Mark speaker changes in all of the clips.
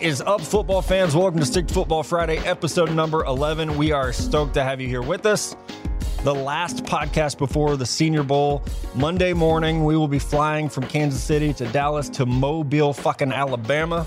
Speaker 1: is up, football fans. Welcome to Stick Football Friday, episode number 11. We are stoked to have you here with us. The last podcast before the Senior Bowl, Monday morning, we will be flying from Kansas City to Dallas to Mobile, fucking Alabama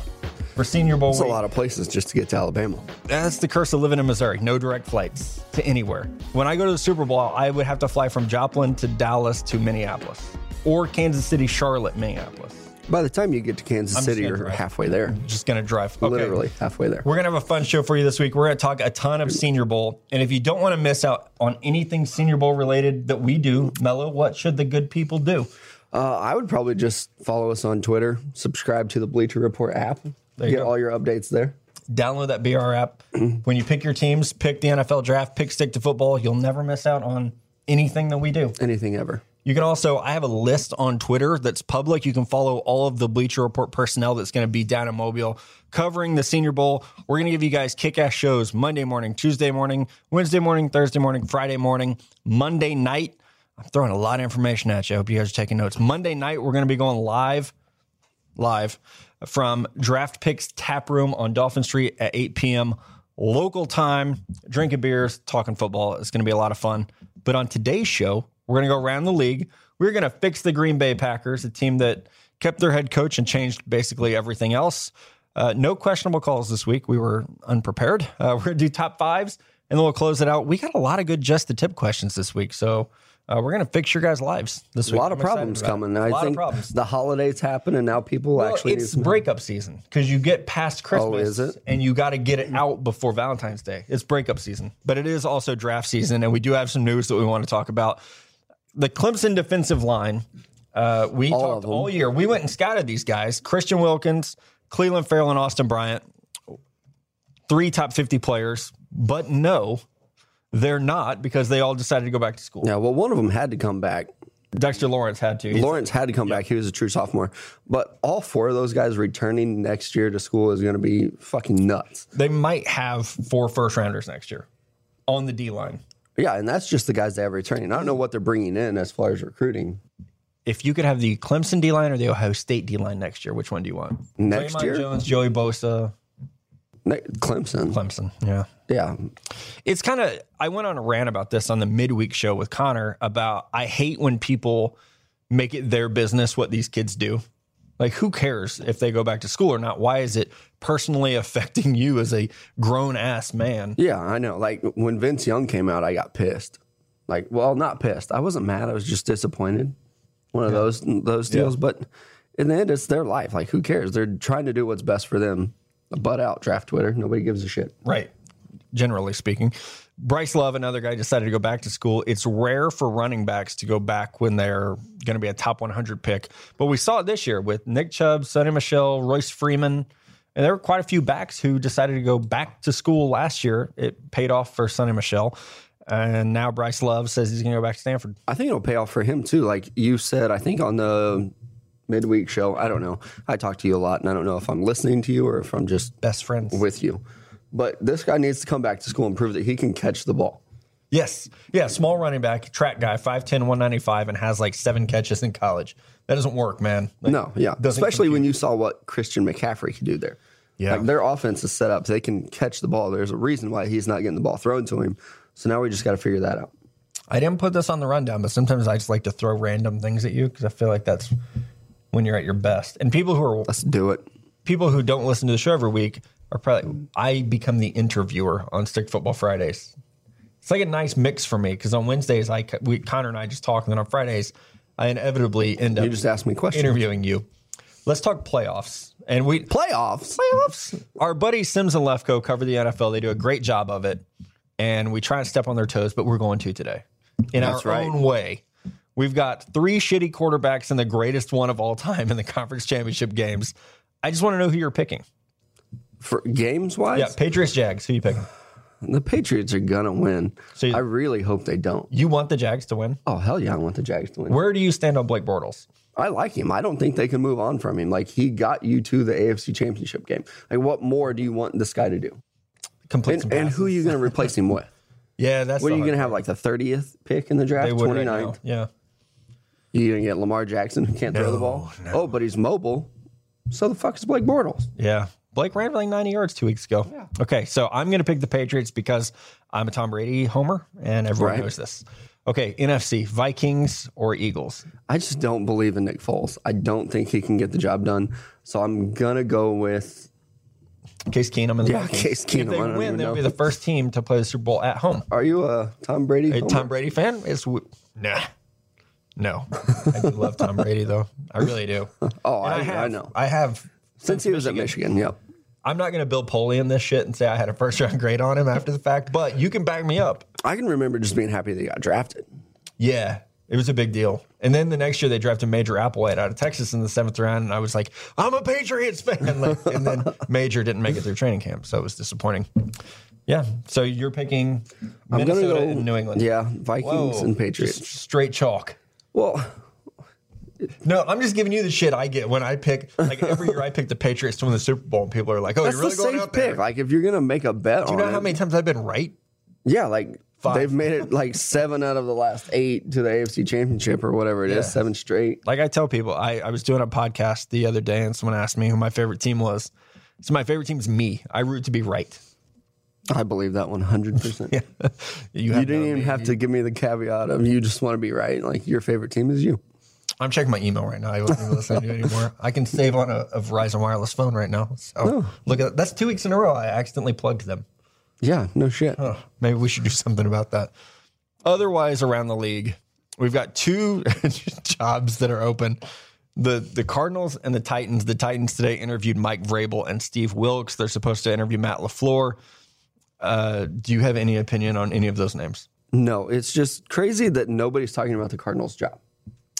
Speaker 1: for Senior Bowl.
Speaker 2: It's a
Speaker 1: week.
Speaker 2: lot of places just to get to Alabama.
Speaker 1: That's the curse of living in Missouri. No direct flights to anywhere. When I go to the Super Bowl, I would have to fly from Joplin to Dallas to Minneapolis or Kansas City, Charlotte, Minneapolis.
Speaker 2: By the time you get to Kansas
Speaker 1: I'm just
Speaker 2: City,
Speaker 1: gonna
Speaker 2: you're
Speaker 1: drive.
Speaker 2: halfway there.
Speaker 1: Just gonna drive. Okay.
Speaker 2: Literally halfway there.
Speaker 1: We're gonna have a fun show for you this week. We're gonna talk a ton of Senior Bowl, and if you don't want to miss out on anything Senior Bowl related that we do, Mello, what should the good people do?
Speaker 2: Uh, I would probably just follow us on Twitter, subscribe to the Bleacher Report app,
Speaker 1: you
Speaker 2: get
Speaker 1: go.
Speaker 2: all your updates there.
Speaker 1: Download that BR app. when you pick your teams, pick the NFL draft, pick stick to football. You'll never miss out on anything that we do.
Speaker 2: Anything ever.
Speaker 1: You can also, I have a list on Twitter that's public. You can follow all of the Bleacher Report personnel that's going to be down in Mobile covering the Senior Bowl. We're going to give you guys kick ass shows Monday morning, Tuesday morning, Wednesday morning, Thursday morning, Friday morning, Monday night. I'm throwing a lot of information at you. I hope you guys are taking notes. Monday night, we're going to be going live live from Draft Picks Tap Room on Dolphin Street at 8 p.m. local time. Drinking beers, talking football. It's going to be a lot of fun. But on today's show, we're going to go around the league. We're going to fix the Green Bay Packers, a team that kept their head coach and changed basically everything else. Uh, no questionable calls this week. We were unprepared. Uh, we're going to do top fives and then we'll close it out. We got a lot of good just the tip questions this week. So uh, we're going to fix your guys' lives this
Speaker 2: A
Speaker 1: week.
Speaker 2: lot of
Speaker 1: I'm excited
Speaker 2: problems
Speaker 1: about it.
Speaker 2: coming.
Speaker 1: A
Speaker 2: I
Speaker 1: lot
Speaker 2: think
Speaker 1: of problems.
Speaker 2: the holidays happen and now people
Speaker 1: Well,
Speaker 2: actually need
Speaker 1: Oh, it's
Speaker 2: some-
Speaker 1: breakup season because you get past Christmas
Speaker 2: is it?
Speaker 1: and you got to get it out before Valentine's Day. It's breakup season, but it is also draft season, and we do have some news that we want to talk about. The Clemson defensive line, uh, we
Speaker 2: All of
Speaker 1: talked
Speaker 2: them.
Speaker 1: all year. We went and scouted these guys: Christian Wilkins, Cleveland Farrell, and Austin Bryant, three top fifty players. But no, they're not because they all decided to go back to school.
Speaker 2: Yeah, well, one of them had to come back.
Speaker 1: Dexter Lawrence had to. He's-
Speaker 2: Lawrence had to come back. He was a true sophomore. But all four of those guys returning next year to school is going to be fucking nuts.
Speaker 1: they might have four first rounders next year on the D line.
Speaker 2: Yeah, and that's just the guys they have returning. I don't know what they're bringing in as far as recruiting.
Speaker 1: if you could have the Clemson D line or the Ohio State D line next year, which one do you want?
Speaker 2: Next
Speaker 1: Draymond
Speaker 2: year?
Speaker 1: Jones, Joey Bosa,
Speaker 2: Ne- Clemson.
Speaker 1: Clemson. Yeah.
Speaker 2: Yeah.
Speaker 1: It's kind of, I went on a rant about this on the midweek show with Connor about I hate when people make it their business what these kids do. Like, who cares if they go back to school or not? Why is it personally affecting you as a grown ass man?
Speaker 2: Yeah, I know. Like when Vince Young came out, I got pissed. Like, well, not pissed. I wasn't mad. I was just disappointed. One of those those deals. But in the end, it's their life. Like, who cares? They're trying to do what's best for them. Butt out, draft Twitter. Nobody gives a shit.
Speaker 1: Right. Generally speaking, Bryce Love, another guy, decided to go back to school. It's rare for running backs to go back when they're going to be a top 100 pick, but we saw it this year with Nick Chubb, Sonny Michelle, Royce Freeman, and there were quite a few backs who decided to go back to school last year. It paid off for Sonny Michelle, and now Bryce Love says he's going to go back to Stanford.
Speaker 2: I think it'll pay off for him too. Like you said, I think on the midweek show, I don't know. I talk to you a lot, and I don't know if I'm listening to you or if I'm just
Speaker 1: Best friends.
Speaker 2: with you. But this guy needs to come back to school and prove that he can catch the ball.
Speaker 1: Yes. Yeah. Small running back, track guy, 5'10, 195, and has like seven catches in college. That doesn't work, man. Like,
Speaker 2: No, yeah.
Speaker 1: doesn't
Speaker 2: Especially when you saw what Christian McCaffrey could do there.
Speaker 1: Yeah.
Speaker 2: Like their offense is set up. They can catch the ball. There's a reason why he's not getting the ball thrown to him. So now we just got to figure that out.
Speaker 1: I didn't put this on the rundown, but sometimes I just like to throw random things at you because I feel like that's when you're at your best. And people who are
Speaker 2: Let's do it.
Speaker 1: people who don't listen to the show every week are probably I become the interviewer on Stick Football Fridays. It's like a nice mix for me because on Wednesdays I we Connor and I just talk, and then on Fridays I inevitably end
Speaker 2: You
Speaker 1: up
Speaker 2: just asked me questions.
Speaker 1: interviewing you. Let's talk playoffs, and we
Speaker 2: Playoffs.
Speaker 1: playoffs. Our buddy Sims and Lefko cover the NFL. They do a great job of it, and we try and step on their toes, but we're going to today in
Speaker 2: That's
Speaker 1: our
Speaker 2: right.
Speaker 1: own way. We've got three shitty quarterbacks and the greatest one of all time in the conference championship games. I just want to know who you're picking.
Speaker 2: For games wise,
Speaker 1: Yeah, Patriots, Jags. Who you picking?
Speaker 2: the Patriots are going to win.
Speaker 1: So you-
Speaker 2: I really hope they don't.
Speaker 1: You want the Jags to win?
Speaker 2: Oh, hell yeah. I want the Jags to win.
Speaker 1: Where do you stand on Blake Bortles?
Speaker 2: I like him. I don't think they can move on from him. Like, he got you to the AFC championship game. Like, what more do you want this guy to do?
Speaker 1: Complete some
Speaker 2: And, and
Speaker 1: passes.
Speaker 2: who are you going to replace him with?
Speaker 1: Yeah, that's
Speaker 2: What
Speaker 1: the
Speaker 2: are you
Speaker 1: hard-
Speaker 2: going to have, like the 30th pick in the draft?
Speaker 1: they would right now.
Speaker 2: 29th?
Speaker 1: Yeah.
Speaker 2: You gonna get Lamar Jackson who can't throw the ball? Oh, but he's mobile. So the fuck is Blake Bortles?
Speaker 1: Yeah. Blake ran for like 90 yards two weeks ago.
Speaker 2: Yeah.
Speaker 1: Okay, so I'm going to pick the Patriots because I'm a Tom Brady homer, and everyone
Speaker 2: Right.
Speaker 1: knows this. Okay, NFC Vikings or Eagles?
Speaker 2: I just don't believe in Nick Foles. I don't think he can get the job done. So I'm gonna go with
Speaker 1: Case Keenum and the
Speaker 2: Yeah,
Speaker 1: Vikings.
Speaker 2: Case Keenum,
Speaker 1: If
Speaker 2: I
Speaker 1: they
Speaker 2: don't
Speaker 1: win,
Speaker 2: even
Speaker 1: they'll
Speaker 2: know.
Speaker 1: be the first team to play the Super Bowl at home.
Speaker 2: Are you a Tom Brady?
Speaker 1: A
Speaker 2: homer?
Speaker 1: Tom Brady fan? It's w- nah, no. I do love Tom Brady though. I really do.
Speaker 2: Oh,
Speaker 1: And
Speaker 2: I, I,
Speaker 1: have,
Speaker 2: know.
Speaker 1: I have.
Speaker 2: Since he was at Michigan, yep.
Speaker 1: I'm not going to build Poley in this shit and say I had a first round grade on him after the fact, but you can back me up.
Speaker 2: I can remember just being happy they got drafted.
Speaker 1: Yeah, it was a big deal. And then the next year they drafted Major Applewhite out of Texas in the seventh round, and I was like, I'm a Patriots fan. Like, and then Major didn't make it through training camp, so it was disappointing. Yeah, so you're picking
Speaker 2: I'm gonna
Speaker 1: Minnesota
Speaker 2: go-
Speaker 1: and New England.
Speaker 2: Yeah, Vikings
Speaker 1: Whoa,
Speaker 2: and Patriots.
Speaker 1: just straight chalk.
Speaker 2: Well,
Speaker 1: No, I'm just giving you the shit I get when I pick. Like every year, I pick the Patriots to win the Super Bowl, and people are like, "Oh,
Speaker 2: that's
Speaker 1: you're really
Speaker 2: the
Speaker 1: going
Speaker 2: safe
Speaker 1: out
Speaker 2: pick.
Speaker 1: there."
Speaker 2: Like if you're gonna make a bet
Speaker 1: you
Speaker 2: on
Speaker 1: know how
Speaker 2: it-
Speaker 1: many times I've been right?
Speaker 2: yeah, like
Speaker 1: Five.
Speaker 2: they've made it like seven out of the last eight to the AFC Championship or whatever it is,
Speaker 1: Yeah.
Speaker 2: seven straight.
Speaker 1: Like I tell people, I, I was doing a podcast the other day, and someone asked me who my favorite team was. So my favorite team is me. I root to be right.
Speaker 2: I believe that one hundred percent.
Speaker 1: have
Speaker 2: You didn't
Speaker 1: no
Speaker 2: even
Speaker 1: idea.
Speaker 2: have to give me the caveat of you just want to be right. Like your favorite team is you.
Speaker 1: I'm checking my email right now. I wasn't even listening to it anymore. I can save on a, a Verizon wireless phone right now. So look at that's two weeks in a row. I accidentally plugged them.
Speaker 2: Yeah, no shit.
Speaker 1: Oh, maybe we should do something about that. Otherwise, around the league, we've got two jobs that are open. The the Cardinals and the Titans. The Titans today interviewed Mike Vrabel and Steve Wilkes. They're supposed to interview Matt LaFleur. Uh, do you have any opinion on any of those names?
Speaker 2: No, it's just crazy that nobody's talking about the Cardinals job.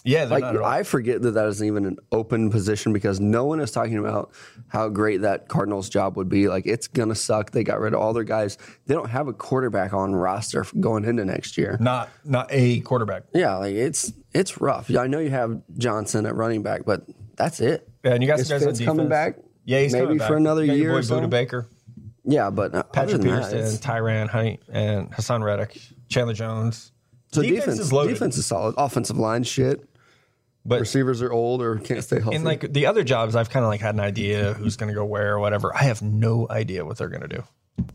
Speaker 1: Yeah, they're
Speaker 2: Like
Speaker 1: not at all.
Speaker 2: I forget that that isn't even an open position because no one is talking about how great that Cardinals job would be. Like it's gonna suck. They got rid of all their guys. They don't have a quarterback on roster for going into next year.
Speaker 1: not not a quarterback.
Speaker 2: Yeah, like it's it's rough. Yeah, I know you have Johnson at running back, but that's it.
Speaker 1: Yeah, and you got
Speaker 2: Is
Speaker 1: some guys on
Speaker 2: Fitz
Speaker 1: defense.
Speaker 2: coming back?
Speaker 1: Yeah, he's
Speaker 2: Maybe
Speaker 1: coming back.
Speaker 2: for another
Speaker 1: You got your
Speaker 2: year
Speaker 1: boy
Speaker 2: or so?
Speaker 1: Buda Baker,
Speaker 2: Yeah, but uh, other
Speaker 1: Patrick
Speaker 2: than that,
Speaker 1: Peterson,
Speaker 2: it's-
Speaker 1: Tyran Honey, and Hassan Reddick, Chandler Jones.
Speaker 2: so
Speaker 1: defense
Speaker 2: defense,
Speaker 1: is loaded.
Speaker 2: defense is solid. Offensive line shit.
Speaker 1: But-
Speaker 2: receivers are old or can't stay healthy.
Speaker 1: And like the other jobs, I've kind of like had an idea who's going to go where or whatever. I have no idea what they're going to do.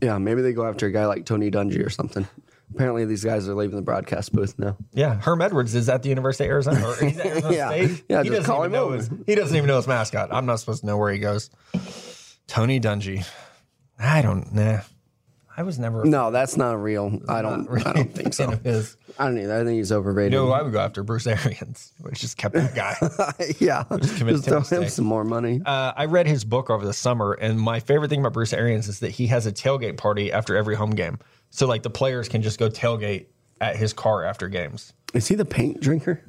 Speaker 2: Yeah, maybe they go after a guy like Tony Dungy or something. Apparently, these guys are leaving the broadcast booth now.
Speaker 1: Yeah, Herm Edwards is at the University of Arizona. Or he's at Arizona
Speaker 2: Yeah.
Speaker 1: State.
Speaker 2: Yeah,
Speaker 1: he
Speaker 2: just
Speaker 1: doesn't
Speaker 2: call
Speaker 1: even
Speaker 2: him
Speaker 1: know
Speaker 2: over.
Speaker 1: his, he doesn't even know his mascot. I'm not supposed to know where he goes. Tony Dungy. I don't. Nah, I was never. a
Speaker 2: No, that's not real. I don't. I don't think
Speaker 1: fan
Speaker 2: so.
Speaker 1: of his.
Speaker 2: I don't either. I think he's overrated.
Speaker 1: You know who I would go after? Bruce Arians. Which just kept that guy.
Speaker 2: yeah, just,
Speaker 1: commit to
Speaker 2: throw
Speaker 1: mistake.
Speaker 2: him some more money.
Speaker 1: uh, I read his book over the summer, and my favorite thing about Bruce Arians is that he has a tailgate party after every home game. So like the players can just go tailgate at his car after games.
Speaker 2: Is he the paint drinker?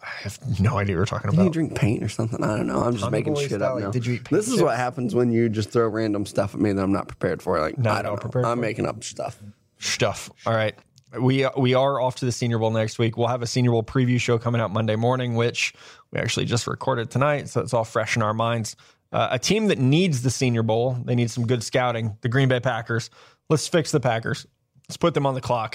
Speaker 1: I have no idea what you're talking
Speaker 2: Did he
Speaker 1: about.
Speaker 2: drink paint or something? I don't know. I'm just making
Speaker 1: boy
Speaker 2: shit
Speaker 1: style,
Speaker 2: up
Speaker 1: like,
Speaker 2: now.
Speaker 1: did you eat paint
Speaker 2: this is what
Speaker 1: chips?
Speaker 2: happens when you just throw random stuff at me that I'm not prepared for. Like I
Speaker 1: not
Speaker 2: don't
Speaker 1: prepared
Speaker 2: prepare. I'm
Speaker 1: for.
Speaker 2: making up stuff.
Speaker 1: Stuff. All right. We we are off to the Senior Bowl next week. We'll have a Senior Bowl preview show coming out Monday morning, which we actually just recorded tonight, so it's all fresh in our minds. Uh, a team that needs the Senior Bowl, they need some good scouting. The Green Bay Packers. Let's fix the Packers. Let's put them on the clock.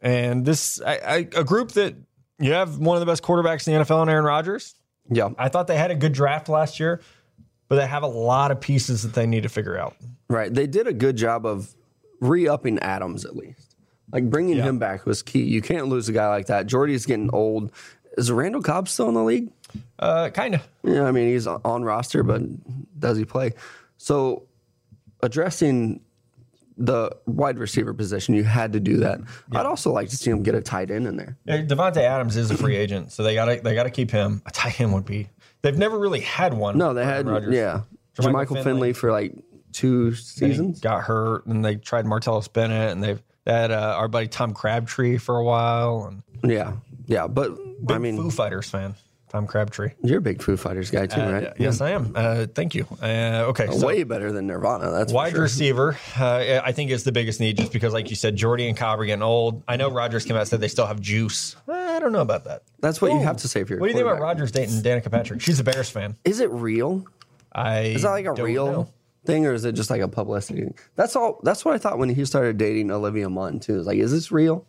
Speaker 1: And this, I, I, a group that you have one of the best quarterbacks in the NFL, and Aaron Rodgers.
Speaker 2: Yeah,
Speaker 1: I thought they had a good draft last year, but they have a lot of pieces that they need to figure out.
Speaker 2: Right. They did a good job of re upping Adams at least. Like bringing him back was key. You can't lose a guy like that. Jordy's getting old. Is Randall Cobb still in the league?
Speaker 1: Uh, kind of.
Speaker 2: Yeah, I mean, he's on roster, but does he play? So addressing the wide receiver position, you had to do that. I'd also like to see him get a tight end in there.
Speaker 1: Yeah, Devonte Adams is a free agent, so they gotta they gotta keep him. A tight end would be. They've never really had one.
Speaker 2: No, they had,
Speaker 1: Aaron Rodgers.
Speaker 2: yeah,
Speaker 1: Jermichael
Speaker 2: Jermichael Finley.
Speaker 1: Finley
Speaker 2: for like two
Speaker 1: He
Speaker 2: seasons.
Speaker 1: got hurt, and they tried Martellus Bennett, and they've they had uh, our buddy Tom Crabtree for a while, and
Speaker 2: Yeah. Yeah. But I mean,
Speaker 1: Foo Fighters fan Tom Crabtree.
Speaker 2: you're a big Foo Fighters guy too, right?
Speaker 1: Yeah, Yes, I am. Uh, thank you. Uh, okay, so
Speaker 2: Way better than Nirvana. That's for
Speaker 1: wide
Speaker 2: sure.
Speaker 1: receiver, uh, I think is the biggest need, just because, like you said, Jordy and Cobb are getting old. I know Rogers came out and said they still have juice. Eh, I don't know about that.
Speaker 2: That's what you have to say for your
Speaker 1: What do you think about Rogers
Speaker 2: quarterback.
Speaker 1: dating Danica Patrick? She's a Bears fan.
Speaker 2: Is it real?
Speaker 1: I
Speaker 2: Is that like a real thing or is it just like a publicity thing? That's all that's what I thought when he started dating Olivia Munn too. It's like, is this real?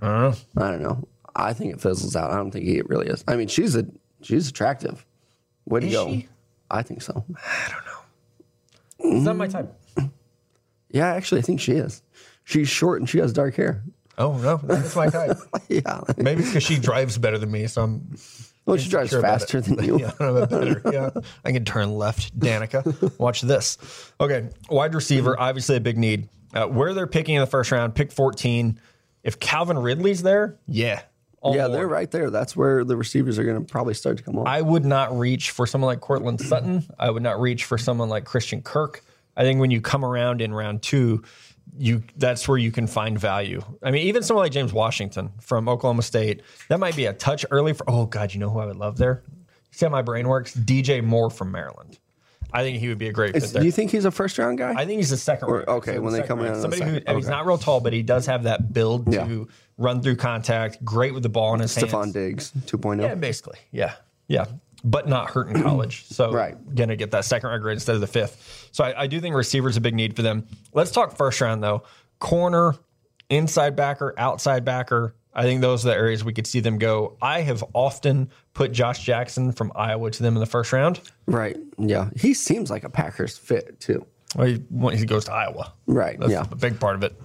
Speaker 1: Uh-huh.
Speaker 2: I don't know. I think it fizzles out. I don't think he really is. I mean, she's a she's attractive. Way to
Speaker 1: Is
Speaker 2: go.
Speaker 1: she?
Speaker 2: I think so. I don't know.
Speaker 3: It's not my type.
Speaker 2: Yeah, actually, I think she is. She's short and she has dark hair.
Speaker 3: Oh no, that's my type.
Speaker 2: Yeah.
Speaker 3: Maybe it's because she drives better than me, so I'm
Speaker 2: Well, she drives
Speaker 3: Sure about
Speaker 2: faster
Speaker 3: it.
Speaker 2: than you.
Speaker 3: Yeah, I'm a better. Yeah, I can turn left, Danica. Watch this. Okay,
Speaker 1: Wide receiver, obviously a big need. Uh, where they're picking in the first round, pick 14. If Calvin Ridley's there, yeah. all
Speaker 2: Yeah,
Speaker 1: aboard.
Speaker 2: they're right there. That's where the receivers are going to probably start to come on.
Speaker 1: Oh. I would not reach for someone like Cortland Sutton. I would not reach for someone like Christian Kirk. I think when you come around in round two, you that's where you can find value. I mean, even someone like James Washington from Oklahoma State, that might be a touch early for oh god, you know who I would love there? See how my brain works? DJ Moore from Maryland. I think he would be a great fit
Speaker 2: Is-
Speaker 1: there.
Speaker 2: do you think he's a first round guy?
Speaker 1: I think he's a second. round.
Speaker 2: okay, when they
Speaker 1: second
Speaker 2: come in
Speaker 1: round.
Speaker 2: on the
Speaker 1: somebody who
Speaker 2: second,
Speaker 1: I mean, he's
Speaker 2: okay.
Speaker 1: not real tall, but he does have that build to run through contact. Great with the ball in his hands.
Speaker 2: Stephon Diggs oh. 2.0.
Speaker 1: Yeah, basically. Yeah. Yeah. But not hurt in college. So
Speaker 2: Right.
Speaker 1: gonna get that second round grade instead of the fifth. So I, I do think receiver's a big need for them. Let's talk first round though. Corner, inside backer, outside backer. I think those are the areas we could see them go. I have often put Josh Jackson from Iowa to them in the first round.
Speaker 2: Right. Yeah. He seems like a Packers fit too.
Speaker 1: Well, he, when he goes to Iowa.
Speaker 2: Right.
Speaker 1: That's
Speaker 2: yeah.
Speaker 1: a big part of it.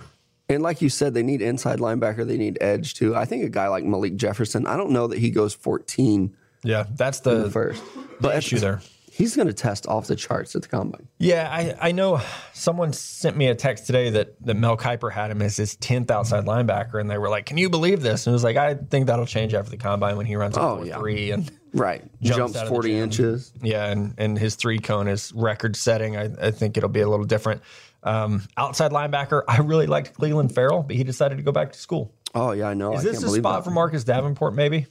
Speaker 2: And like you said, they need inside linebacker. They need edge too. I think a guy like Malik Jefferson. I don't know that he goes 14
Speaker 1: Yeah. That's the,
Speaker 2: first,
Speaker 1: the
Speaker 2: but
Speaker 1: issue there.
Speaker 2: he's going to test off the charts at the combine.
Speaker 1: Yeah, I, I know someone sent me a text today that, that Mel Kiper had him as his 10th outside linebacker, and they were like, Can you believe this? And it was like, I think that'll change after the combine when he runs a
Speaker 2: Oh,
Speaker 1: 4
Speaker 2: yeah.
Speaker 1: 3. And
Speaker 2: Right.
Speaker 1: Jumps
Speaker 2: Jumps,
Speaker 1: out of the
Speaker 2: 40
Speaker 1: gym.
Speaker 2: inches.
Speaker 1: yeah, and, and his three cone is record setting. I, I think it'll be a little different. Um, outside linebacker, I really liked Cleveland Farrell, but he decided to go back to school.
Speaker 2: Oh yeah, I know.
Speaker 1: Is
Speaker 2: I
Speaker 1: this
Speaker 2: can't
Speaker 1: a
Speaker 2: believe
Speaker 1: spot
Speaker 2: that.
Speaker 1: for Marcus Davenport, maybe?
Speaker 2: you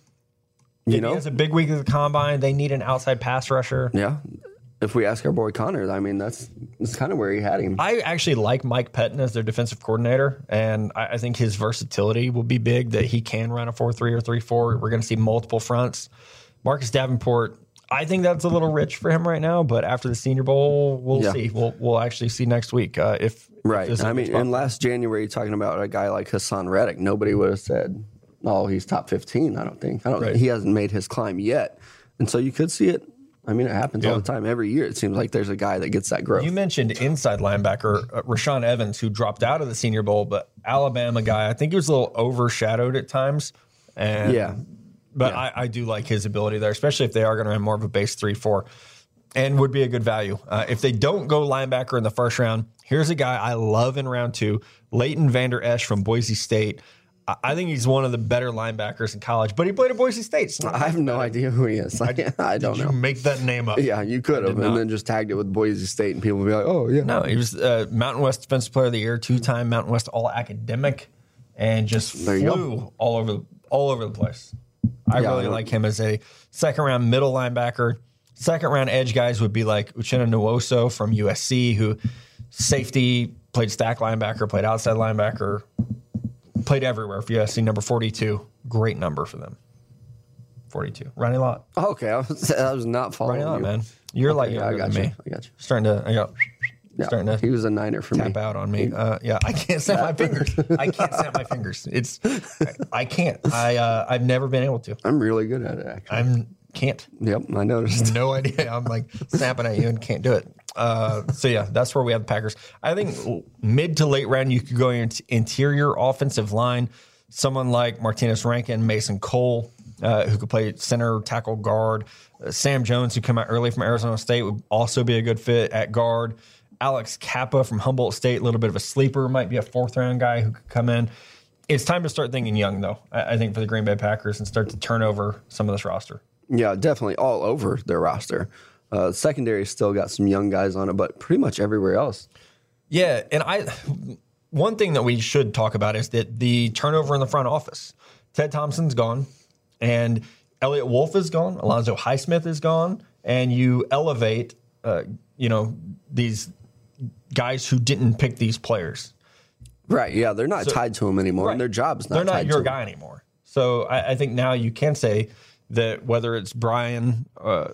Speaker 1: If he
Speaker 2: know?
Speaker 1: has a big week of the combine. They need an outside pass rusher.
Speaker 2: Yeah. If we ask our boy Connor, I mean that's that's kind of where he had him.
Speaker 1: Um, I actually like Mike Pettin as their defensive coordinator, and I, I think his versatility will be big. That he can run a four three or three four. We're going to see multiple fronts. Marcus Davenport, I think that's a little rich for him right now, but after the Senior Bowl, we'll
Speaker 2: Yeah.
Speaker 1: see. We'll we'll actually see next week uh, if if this
Speaker 2: Right.
Speaker 1: is
Speaker 2: I
Speaker 1: a good
Speaker 2: mean,
Speaker 1: spot.
Speaker 2: and last January, talking about a guy like Hassan Reddick, nobody would have said, "Oh, he's top 15." I don't think. I don't.
Speaker 1: Right.
Speaker 2: He hasn't made his climb yet, and so you could see it. I mean, it happens all
Speaker 1: Yeah.
Speaker 2: the time. Every year, it seems like there's a guy that gets that growth.
Speaker 1: You mentioned inside linebacker uh, Rashawn Evans, who dropped out of the Senior Bowl, but Alabama guy. I think he was a little overshadowed at times. And
Speaker 2: Yeah.
Speaker 1: but I, I do like his ability there, especially if they are going to have more of a base three four, and would be a good value uh, if they don't go linebacker in the first round. Here's a guy I love in round two, Leighton Vander Esch from Boise State. I, I think he's one of the better linebackers in college, but he played at Boise State. So
Speaker 2: I have no idea who he is. I, I don't
Speaker 1: you
Speaker 2: know.
Speaker 1: make that name up.
Speaker 2: Yeah, you could have, and then just tagged it with Boise State, and people would be like, "Oh yeah."
Speaker 1: No, he was uh, Mountain West Defensive Player of the Year, two time Mountain West All Academic, and just
Speaker 2: There you
Speaker 1: flew all over the, all over the place. I
Speaker 2: Yeah, I
Speaker 1: really
Speaker 2: don't-
Speaker 1: like him as a second round middle linebacker. Second round edge guys would be like Uchenna Nwoso from USC, who safety played stack linebacker, played outside linebacker, played everywhere for USC. Number forty two, great number for them. Forty two, Ronnie Lott,
Speaker 2: Okay, I was, I was not
Speaker 1: Ronnie
Speaker 2: following
Speaker 1: Lott,
Speaker 2: you.
Speaker 1: man, you're like
Speaker 2: Yeah, I
Speaker 1: younger
Speaker 2: got
Speaker 1: than
Speaker 2: you.
Speaker 1: me.
Speaker 2: I got you.
Speaker 1: Starting to, I got
Speaker 2: Yeah,
Speaker 1: starting to
Speaker 2: he was a niner for me.
Speaker 1: tap out on me. Uh, yeah, I can't snap my fingers. I can't snap my fingers. It's I can't. I uh, I've never been able to.
Speaker 2: I'm really good at it. Actually.
Speaker 1: I'm can't.
Speaker 2: Yep, I noticed.
Speaker 1: No idea. I'm like snapping at you and can't do it. Uh, so yeah, that's where we have the Packers. I think mid to late round, you could go in interior offensive line. Someone like Martinez Rankin, Mason Cole, uh, who could play center, tackle, guard. Uh, Sam Jones, who came out early from Arizona State, would also be a good fit at guard. Alex Kappa from Humboldt State, a little bit of a sleeper, might be a fourth round guy who could come in. It's time to start thinking young, though. I, I think for the Green Bay Packers and start to turn over some of this roster.
Speaker 2: Yeah, definitely all over their roster. Uh, secondary still got some young guys on it, but pretty much everywhere else.
Speaker 1: Yeah, and I one thing that we should talk about is that the turnover in the front office. Ted Thompson's gone, and Elliot Wolf is gone. Alonzo Highsmith is gone, and you elevate, uh, you know, these guys who didn't pick these players.
Speaker 2: Right. Yeah, they're not tied to them anymore,
Speaker 1: Right.
Speaker 2: and their job's not.
Speaker 1: They're not
Speaker 2: tied
Speaker 1: your
Speaker 2: to 'em.
Speaker 1: guy anymore. So I, I think now you can say that whether it's Brian uh,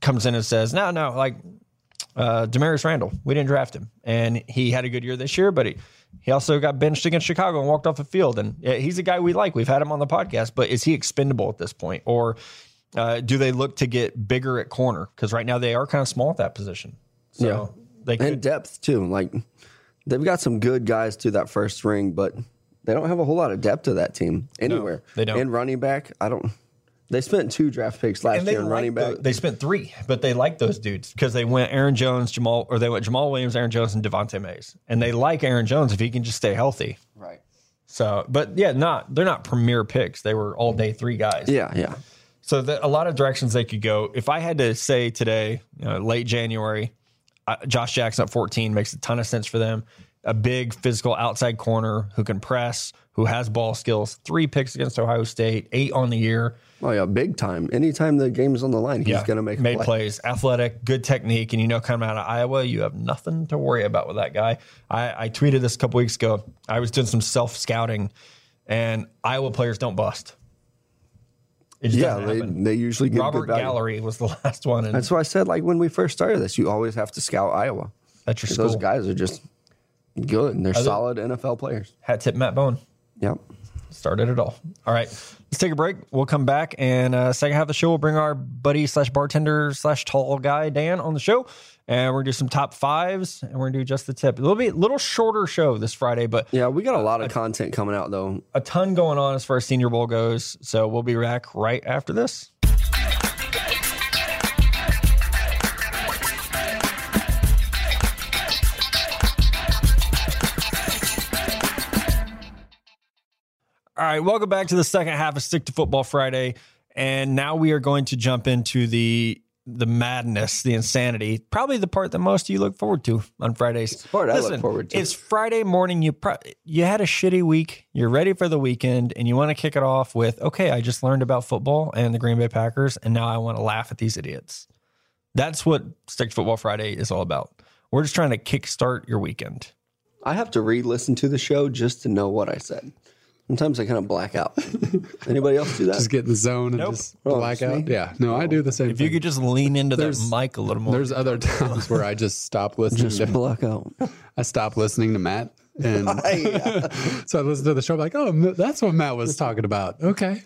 Speaker 1: comes in and says, no, no, like uh, Demarius Randall, we didn't draft him, and he had a good year this year, but he, he also got benched against Chicago and walked off the field. And yeah, he's a guy we like. We've had him on the podcast, but is he expendable at this point, or uh, do they look to get bigger at corner? Because right now they are kind of small at that position. So They
Speaker 2: and
Speaker 1: could,
Speaker 2: depth too. Like they've got some good guys to that first ring, but they don't have a whole lot of depth to that team anywhere.
Speaker 1: they don't.
Speaker 2: And running back, I don't. They spent two draft picks last
Speaker 1: and they
Speaker 2: year in running
Speaker 1: liked
Speaker 2: back.
Speaker 1: the- they spent three, but they like those dudes because they went Aaron Jones, Jamal, or they went Jamal Williams, Aaron Jones, and Devontae Mays, and they like Aaron Jones if he can just stay healthy.
Speaker 2: right.
Speaker 1: So, but yeah, not they're not premier picks. They were all day three guys.
Speaker 2: Yeah, yeah.
Speaker 1: So the, a lot of directions they could go. If I had to say today, you know, late January, uh, Josh Jackson at 14 makes a ton of sense for them. A big physical outside corner who can press, who has ball skills. Three picks against Ohio State, eight on the year.
Speaker 2: Oh yeah, big time. Anytime the game's on the line, he's
Speaker 1: Yeah,
Speaker 2: gonna make a
Speaker 1: made
Speaker 2: play.
Speaker 1: plays, athletic, good technique, and you know, coming out of Iowa, you have nothing to worry about with that guy. I, I tweeted this a couple weeks ago. I was doing some self scouting, and Iowa players don't bust. It just
Speaker 2: Yeah,
Speaker 1: doesn't
Speaker 2: they,
Speaker 1: happen.
Speaker 2: they usually get
Speaker 1: Robert
Speaker 2: good value.
Speaker 1: Gallery was the last one, and
Speaker 2: That's why I said like when we first started this, you always have to scout Iowa.
Speaker 1: that's your
Speaker 2: Those
Speaker 1: school.
Speaker 2: guys are just good and they're solid NFL players.
Speaker 1: Hat tip, Matt Bone
Speaker 2: Yep.
Speaker 1: started it all. All right, let's take a break. We'll come back and uh, second half of the show. We'll bring our buddy slash bartender slash tall guy Dan on the show, and we're gonna do some top fives, and we're gonna do just the tip. A little bit, little shorter show this Friday, but
Speaker 2: Yeah, we got a lot of content coming out though.
Speaker 1: a ton going on as far as Senior Bowl goes. So we'll be back right after this. All right, welcome back to the second half of Stick to Football Friday, and now we are going to jump into the the madness, the insanity, probably the part that most of you look forward to on Fridays.
Speaker 2: part I look forward to.
Speaker 1: It's Friday morning. You pro- you had a shitty week. You're ready for the weekend, and you want to kick it off with, okay, I just learned about football and the Green Bay Packers, and now I want to laugh at these idiots. That's what Stick to Football Friday is all about. We're just trying to kickstart your weekend.
Speaker 2: I have to re-listen to the show just to know what I said. Sometimes I kind of black out. Anybody else do that?
Speaker 4: Just get in the zone and
Speaker 1: Nope.
Speaker 4: just
Speaker 2: Oh,
Speaker 4: black
Speaker 2: just me?
Speaker 4: out. Yeah. No, I do the same
Speaker 1: If you
Speaker 4: thing.
Speaker 1: could just lean into the
Speaker 4: There's-
Speaker 1: mic a little more.
Speaker 4: There's other times where I just stop listening.
Speaker 2: Just
Speaker 4: to,
Speaker 2: black out.
Speaker 4: I stop listening to Matt. And
Speaker 2: Yeah.
Speaker 4: so I listen to the show. I'm like, oh, that's what Matt was talking about. Okay.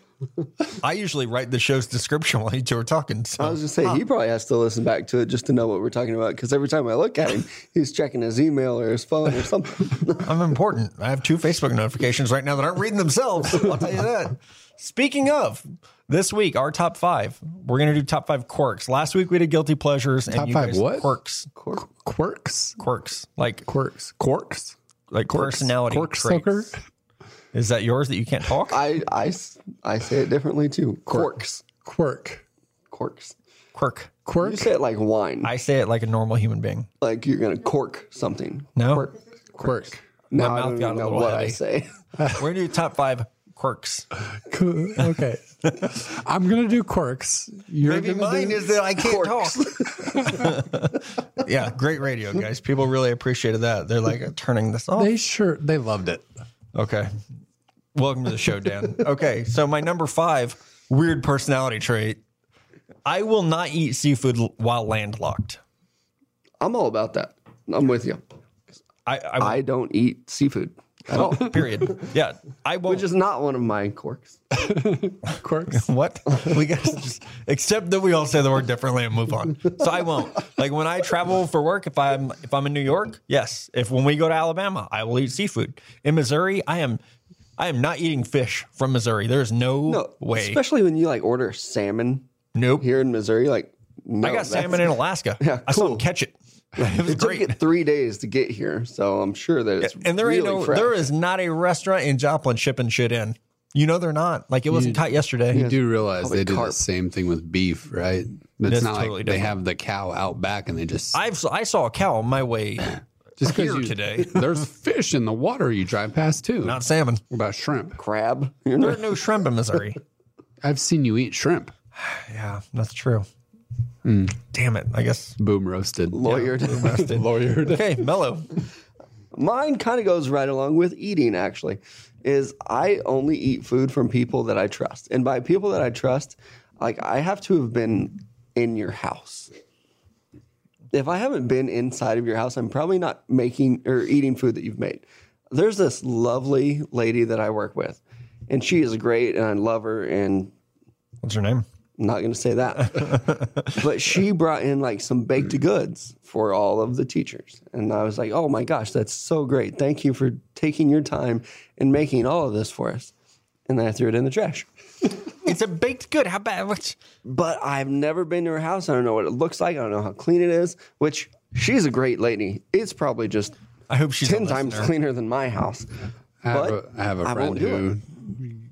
Speaker 1: I usually write the show's description while you two are talking. So.
Speaker 2: I was just saying he probably has to listen back to it just to know what we're talking about because every time I look at him, he's checking his email or his phone or something.
Speaker 1: I'm important. I have two Facebook notifications right now that aren't reading themselves. I'll tell you that. Speaking of, this week, our top five. We're going to do top five quirks. Last week, we did guilty pleasures. And
Speaker 4: Top five what?
Speaker 1: Quirks.
Speaker 4: Qu- quirks.
Speaker 1: Quirks. Like,
Speaker 4: Quirks. Quirks.
Speaker 1: like personality.
Speaker 4: Quirk
Speaker 1: traits.
Speaker 4: sucker.
Speaker 1: Is that yours that you can't talk?
Speaker 2: I, I s- I say it differently too. Corks.
Speaker 4: Quirk.
Speaker 2: Corks.
Speaker 1: Quirk.
Speaker 4: Quirk.
Speaker 2: You say it like wine,
Speaker 1: I say it like a normal human being.
Speaker 2: like you're going to cork something.
Speaker 1: No?
Speaker 4: Quirk.
Speaker 2: Now
Speaker 1: mouth
Speaker 2: I don't
Speaker 1: got
Speaker 2: even
Speaker 1: a
Speaker 2: know
Speaker 1: little
Speaker 2: what I
Speaker 1: heavy.
Speaker 2: say.
Speaker 1: We're going to do top five quirks.
Speaker 4: Cool. Okay. I'm going to do quirks. You're gonna do-
Speaker 1: is that I can't talk. yeah, great radio, guys. People really appreciated that. They're like turning this off.
Speaker 4: They sure, they loved it.
Speaker 1: Okay. Welcome to the show, Dan. okay. So, my number five weird personality trait I will not eat seafood l- while landlocked.
Speaker 2: I'm all about that. I'm with you.
Speaker 1: I, I,
Speaker 2: I don't eat seafood at all,
Speaker 1: period. Yeah. I won't.
Speaker 2: which is not one of my corks.
Speaker 4: Quirks.
Speaker 1: What? We got to just accept that we all say the word differently and move on. So I won't. Like when I travel for work, if I'm if I'm in New York, yes. If when we go to Alabama, I will eat seafood. In Missouri, I am I am not eating fish from Missouri. There's no,
Speaker 2: No,
Speaker 1: way.
Speaker 2: especially when you like order salmon
Speaker 1: nope.
Speaker 2: here in Missouri. Like, no,
Speaker 1: I got
Speaker 2: Oh, that's-
Speaker 1: salmon in Alaska.
Speaker 2: Yeah,
Speaker 1: I saw
Speaker 2: cool.
Speaker 1: them catch it. It was
Speaker 2: It took
Speaker 1: great.
Speaker 2: it three days to get here, so I'm sure that it's
Speaker 1: and there
Speaker 2: really
Speaker 1: ain't no
Speaker 2: fresh.
Speaker 1: there is not a restaurant in Joplin shipping shit in. You know they're not. Like it wasn't caught yesterday.
Speaker 4: You do realize
Speaker 2: Probably
Speaker 4: they do
Speaker 2: carp.
Speaker 4: the same thing with beef, right? It's
Speaker 1: That's
Speaker 4: not
Speaker 1: totally
Speaker 4: like they
Speaker 1: different.
Speaker 4: have the cow out back and they just
Speaker 1: I've I saw a cow on my way
Speaker 4: just 'cause
Speaker 1: here
Speaker 4: you-
Speaker 1: today.
Speaker 4: There's fish in the water you drive past too.
Speaker 1: not salmon.
Speaker 4: what about shrimp?
Speaker 2: crab. You're
Speaker 1: There
Speaker 2: not,
Speaker 1: are no shrimp in Missouri.
Speaker 4: I've seen you eat shrimp.
Speaker 1: Yeah, that's true.
Speaker 2: Hmm.
Speaker 1: Damn it. I guess.
Speaker 4: Boom roasted.
Speaker 2: lawyered.
Speaker 4: Lawyered.
Speaker 1: Okay, mellow.
Speaker 2: Mine kind of goes right along with eating. Actually, is I only eat food from people that I trust, and by people that I trust, like I have to have been in your house. If I haven't been inside of your house, I'm probably not making or eating food that you've made. There's this lovely lady that I work with, and she is great, and I love her, and
Speaker 1: What's your name?
Speaker 2: I'm not going to say that. but she brought in like some baked goods for all of the teachers. And I was like, oh my gosh, that's so great. Thank you for taking your time and making all of this for us. And then I threw it in the trash.
Speaker 1: It's a baked good. How bad? What?
Speaker 2: But I've never been to her house. I don't know what it looks like. I don't know how clean it is, which she's a great lady. It's probably just
Speaker 1: I hope she's a
Speaker 2: 10 times
Speaker 1: listener.
Speaker 2: cleaner than my house.
Speaker 5: I have,
Speaker 2: But
Speaker 5: a, I have a
Speaker 2: I
Speaker 5: friend
Speaker 2: won't do
Speaker 5: who,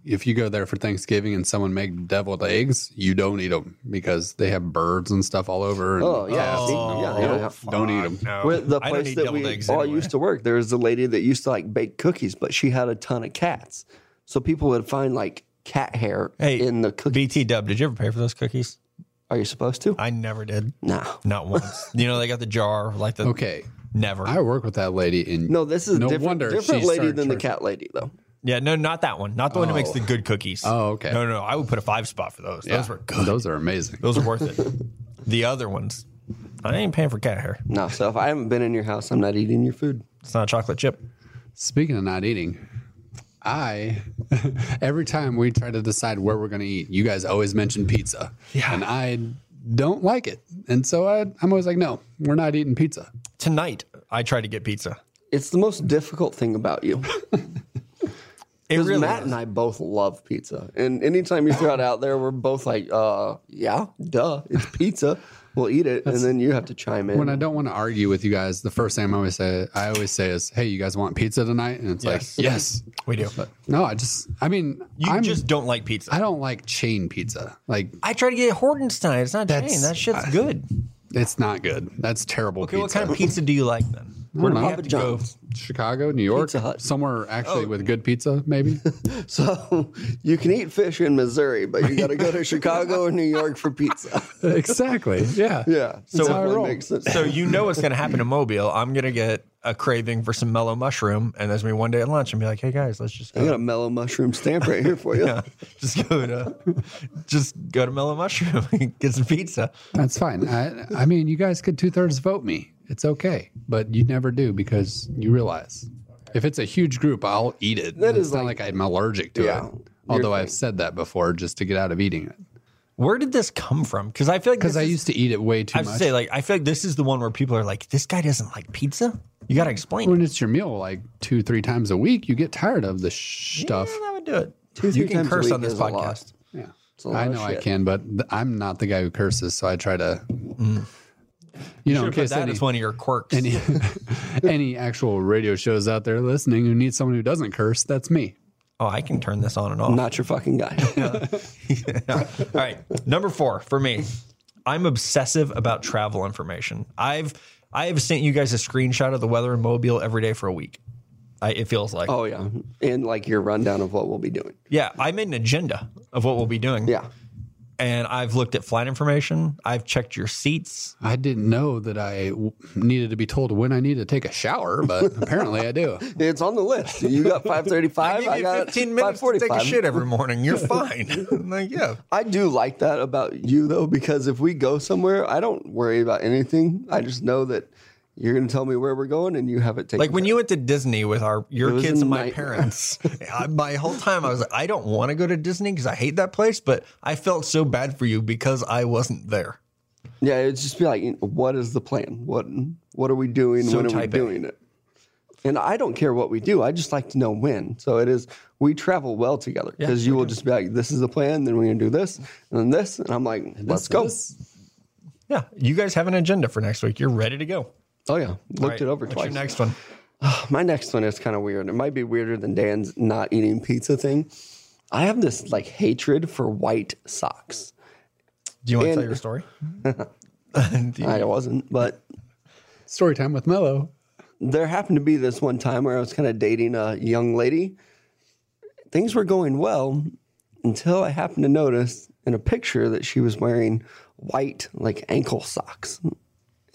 Speaker 5: if you go there for Thanksgiving and someone make deviled eggs, you don't eat them because they have birds and stuff all over. and-
Speaker 2: Oh, yeah. see? yeah, they don't
Speaker 5: don't,
Speaker 2: have-
Speaker 5: don't eat them.
Speaker 1: No.
Speaker 2: With the
Speaker 1: I don't
Speaker 2: place
Speaker 1: eat
Speaker 2: that
Speaker 1: deviled
Speaker 2: we
Speaker 1: eggs
Speaker 2: all
Speaker 1: anyway.
Speaker 2: used to work, there was a lady that used to like bake cookies, but she had a ton of cats. So people would find like cat hair
Speaker 1: Hey,
Speaker 2: in the cookie.
Speaker 1: BT Dub, did you ever pay for those cookies?
Speaker 2: Are you supposed to?
Speaker 1: I never did.
Speaker 2: no.
Speaker 1: Not once. you know, they got the jar, like the.
Speaker 5: Okay.
Speaker 1: Never.
Speaker 5: I work with that lady and
Speaker 2: No, this is a
Speaker 5: No
Speaker 2: different,
Speaker 5: wonder
Speaker 2: different
Speaker 5: she
Speaker 2: lady
Speaker 5: started
Speaker 2: than the
Speaker 5: charging-
Speaker 2: cat lady, though.
Speaker 1: yeah, no, not that one. Not the one who makes
Speaker 5: Oh.
Speaker 1: the good cookies.
Speaker 5: Oh, okay.
Speaker 1: No, no, no. I would put a five spot for those. Those were good.
Speaker 5: Those are amazing.
Speaker 1: Those are worth it. the other ones, I ain't paying for cat hair.
Speaker 2: No, so if I haven't been in your house, I'm not eating your food.
Speaker 1: It's not a chocolate chip.
Speaker 5: Speaking of not eating, I every time we try to decide where we're going to eat, you guys always mention pizza. Yeah. And I don't like it. And so I, I'm always like, no, we're not eating pizza.
Speaker 1: Tonight, I tried to get pizza.
Speaker 2: It's the most difficult thing about you.
Speaker 1: It
Speaker 2: Because
Speaker 1: really
Speaker 2: Matt
Speaker 1: is.
Speaker 2: and I both love pizza. And anytime you throw it out there, we're both like, uh, yeah, duh, it's pizza. We'll eat it. and then you have to chime in.
Speaker 5: When I don't want to argue with you guys, the first thing I always say, I always say is, hey, you guys want pizza tonight? And it's
Speaker 1: Yes.
Speaker 5: like, yes.
Speaker 1: we do.
Speaker 5: No, I just, I mean,
Speaker 1: You
Speaker 5: I'm
Speaker 1: just don't like pizza.
Speaker 5: I don't like chain pizza. Like,
Speaker 1: I tried to get Hortons tonight. It's not
Speaker 5: That's-
Speaker 1: chain. That shit's good.
Speaker 5: it's not good. That's terrible
Speaker 1: Okay,
Speaker 5: pizza.
Speaker 1: what kind of pizza do you like then?
Speaker 5: Where do we
Speaker 2: Papa John's.
Speaker 5: Chicago, New York,
Speaker 2: Pizza Hut.
Speaker 5: somewhere actually
Speaker 1: Oh.
Speaker 5: with good pizza, maybe.
Speaker 2: So you can eat fish in Missouri, but you got to go to Chicago or New York for pizza.
Speaker 5: exactly. Yeah.
Speaker 2: Yeah. So
Speaker 5: how I roll.
Speaker 2: sense.
Speaker 1: So you know what's going to happen in Mobile. I'm going to get a craving for some mellow mushroom, and there's going to be one day at lunch and be like, hey guys, let's just
Speaker 2: I
Speaker 1: go.
Speaker 2: got a mellow mushroom stamp right here for you.
Speaker 1: Just go to, just go to Mellow Mushroom and get some pizza.
Speaker 5: That's fine. I, I mean, you guys could two thirds vote me. It's okay. But you never do because you realize if it's a huge group, I'll eat it.
Speaker 2: That
Speaker 5: it's
Speaker 2: is
Speaker 5: not like, I'm allergic to
Speaker 2: Yeah,
Speaker 5: it.
Speaker 2: your
Speaker 5: Although I've said that before just to get out of eating it.
Speaker 1: Where did this come from? Because I feel like
Speaker 5: Because I
Speaker 1: this is-
Speaker 5: used to eat it way too
Speaker 1: I have to
Speaker 5: much.
Speaker 1: say, like, I feel like this is the one where people are like, this guy doesn't like pizza. You got to explain. it.
Speaker 5: when it's your meal like two, three times a week, you get tired of the sh- stuff.
Speaker 1: Yeah, that would do it.
Speaker 2: three
Speaker 1: you can
Speaker 2: times a
Speaker 1: curse
Speaker 2: week
Speaker 1: on this
Speaker 2: is a lot.
Speaker 1: podcast.
Speaker 5: Yeah.
Speaker 2: It's a lot
Speaker 5: I
Speaker 2: of
Speaker 5: know I
Speaker 2: shit.
Speaker 5: can, but th- I'm not the guy who curses. So I try to,
Speaker 1: Mm.
Speaker 5: you know, in
Speaker 1: Should've put
Speaker 5: case
Speaker 1: That
Speaker 5: any,
Speaker 1: is one of your quirks.
Speaker 5: any, any actual radio shows out there listening who needs someone who doesn't curse, that's me.
Speaker 1: oh, I can turn this on and off.
Speaker 2: I'm not your fucking guy.
Speaker 1: All right. Number four for me. I'm obsessive about travel information. I've I have sent you guys a screenshot of the weather in Mobile every day for a week. I, it feels like.
Speaker 2: oh yeah, and like your rundown of what we'll be doing.
Speaker 1: Yeah, I made an agenda of what we'll be doing.
Speaker 2: Yeah.
Speaker 1: And I've looked at flight information. I've checked your seats.
Speaker 5: I didn't know that I w- needed to be told when I need to take a shower, but apparently I do.
Speaker 2: It's on the list. You got 535. I,
Speaker 1: Give you
Speaker 2: got
Speaker 1: 15 minutes to take a
Speaker 2: 545.
Speaker 1: shit every morning. You're fine. I'm like, yeah.
Speaker 2: I do like that about you though, because if we go somewhere, I don't worry about anything. I just know that you're going to tell me where we're going, and you have it taken.
Speaker 1: Like when you went to Disney with our
Speaker 2: It
Speaker 1: your
Speaker 2: was
Speaker 1: kids
Speaker 2: a
Speaker 1: and my
Speaker 2: nightmare.
Speaker 1: parents, I, my whole time I was like, I don't want to go to Disney because I hate that place, but I felt so bad for you because I wasn't there.
Speaker 2: Yeah, it'd just be like, what is the plan? What what are we doing? when are we
Speaker 1: type A.
Speaker 2: doing it? And I don't care what we do. I just like to know when. So it is we travel well together because you will just be like, this is the plan. Then we're gonna do this and then this. And I'm like, let's go.
Speaker 1: Yeah, you guys have an agenda for next week. You're ready to go.
Speaker 2: Oh yeah, looked
Speaker 1: Right,
Speaker 2: it over
Speaker 1: what's
Speaker 2: twice.
Speaker 1: Your next one.
Speaker 2: My next one is kind of weird. It might be weirder than Dan's not eating pizza thing. I have this like hatred for white socks.
Speaker 1: Do you want
Speaker 2: And-
Speaker 1: to tell your story? Do you-
Speaker 2: I wasn't, but
Speaker 5: Story time with Mello.
Speaker 2: there happened to be this one time where I was kind of dating a young lady. Things were going well until I happened to notice in a picture that she was wearing white, like ankle socks.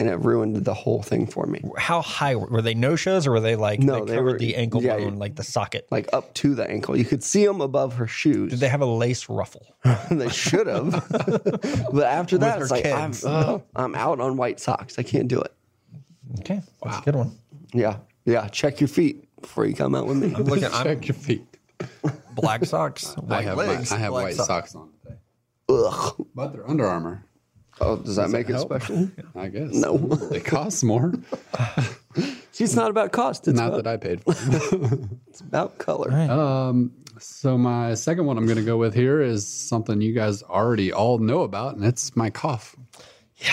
Speaker 2: And it ruined the whole thing for me.
Speaker 1: How high were, were they? No shows, or were they like
Speaker 2: No,
Speaker 1: they,
Speaker 2: they
Speaker 1: covered
Speaker 2: were-
Speaker 1: the ankle
Speaker 2: yeah,
Speaker 1: bone, like the socket?
Speaker 2: Like up to the ankle. You could see them above her shoes.
Speaker 1: Did they have a lace ruffle?
Speaker 2: they should have. but after that,
Speaker 1: her
Speaker 2: it's like, I'm,
Speaker 1: kids.
Speaker 2: uh, I'm out on white socks. I can't do it.
Speaker 1: Okay, that's a good one.
Speaker 2: Yeah. Yeah. Check your feet before you come out with me.
Speaker 1: Look at I'm
Speaker 5: Check your feet.
Speaker 1: black socks, white
Speaker 5: I have, my-
Speaker 1: legs.
Speaker 5: I have
Speaker 1: black
Speaker 5: white
Speaker 1: socks.
Speaker 5: socks on today.
Speaker 2: Ugh.
Speaker 5: But they're Under Armour.
Speaker 2: Oh, does that make it special?
Speaker 5: I guess.
Speaker 2: No.
Speaker 5: They cost more.
Speaker 2: It's not about cost. It's
Speaker 5: Not
Speaker 2: about,
Speaker 5: that I paid for.
Speaker 2: about color.
Speaker 5: So my second one I'm going to go with here is something you guys already all know about, and it's my cough.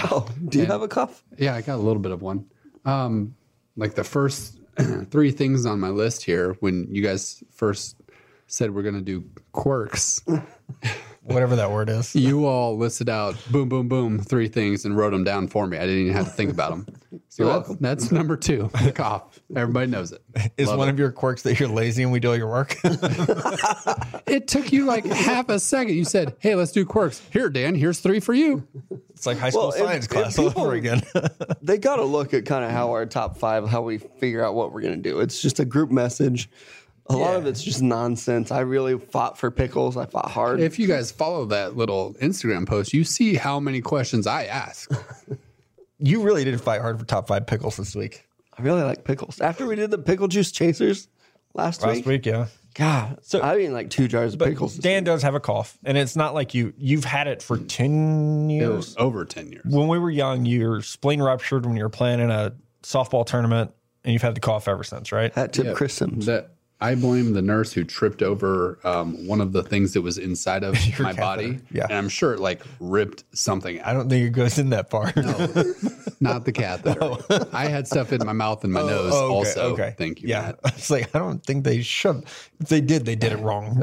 Speaker 2: Oh, do you have a cuff?
Speaker 5: Yeah, I got a little bit of one. Um, like the first three things on my list here, when you guys first said we're going to do quirks,
Speaker 3: whatever that word is.
Speaker 5: you all listed out boom, boom, boom, three things and wrote them down for me. I didn't even have to think about them. So that's, that's number two, the cough. Everybody knows it.
Speaker 3: Is one of your quirks that you're lazy and we do all your work?
Speaker 5: It took you like half a second. You said, "Hey, let's do quirks." Here, Dan. Here's three for you.
Speaker 3: it's like high school
Speaker 2: Well, if-
Speaker 3: science
Speaker 2: if
Speaker 3: class all
Speaker 2: people-
Speaker 3: over again.
Speaker 2: They got to look at kind of how our top five, how we figure out what we're going to do. It's just a group message. A lot of it's just nonsense. I really fought for pickles. I fought hard.
Speaker 5: If you guys follow that little Instagram post, you see how many questions I ask.
Speaker 3: you really did fight hard for top five pickles this week.
Speaker 2: I really like pickles. After we did the pickle juice chasers last,
Speaker 3: Last
Speaker 2: week,
Speaker 3: week, yeah.
Speaker 2: God, so I mean, like two jars of
Speaker 1: But
Speaker 2: pickles.
Speaker 1: Dan does have a cough, and it's not like you you've had it for ten
Speaker 5: It
Speaker 1: years.
Speaker 5: was over ten years.
Speaker 1: When we were young, your spleen ruptured when you were playing in a softball tournament, and you've had the cough ever since, right?
Speaker 2: Hat tip Chris Sims.
Speaker 5: That I blame the nurse who tripped over um, one of the things that was inside of my body.
Speaker 3: yeah.
Speaker 5: and I'm sure it like ripped something.
Speaker 3: I
Speaker 5: out.
Speaker 3: don't think it goes in that far.
Speaker 5: Not the catheter. I had stuff in my mouth and my nose.
Speaker 3: Oh, okay,
Speaker 5: also,
Speaker 3: okay.
Speaker 5: thank you.
Speaker 3: Yeah,
Speaker 5: Matt.
Speaker 3: it's like I don't think they should. If they did, they did it wrong.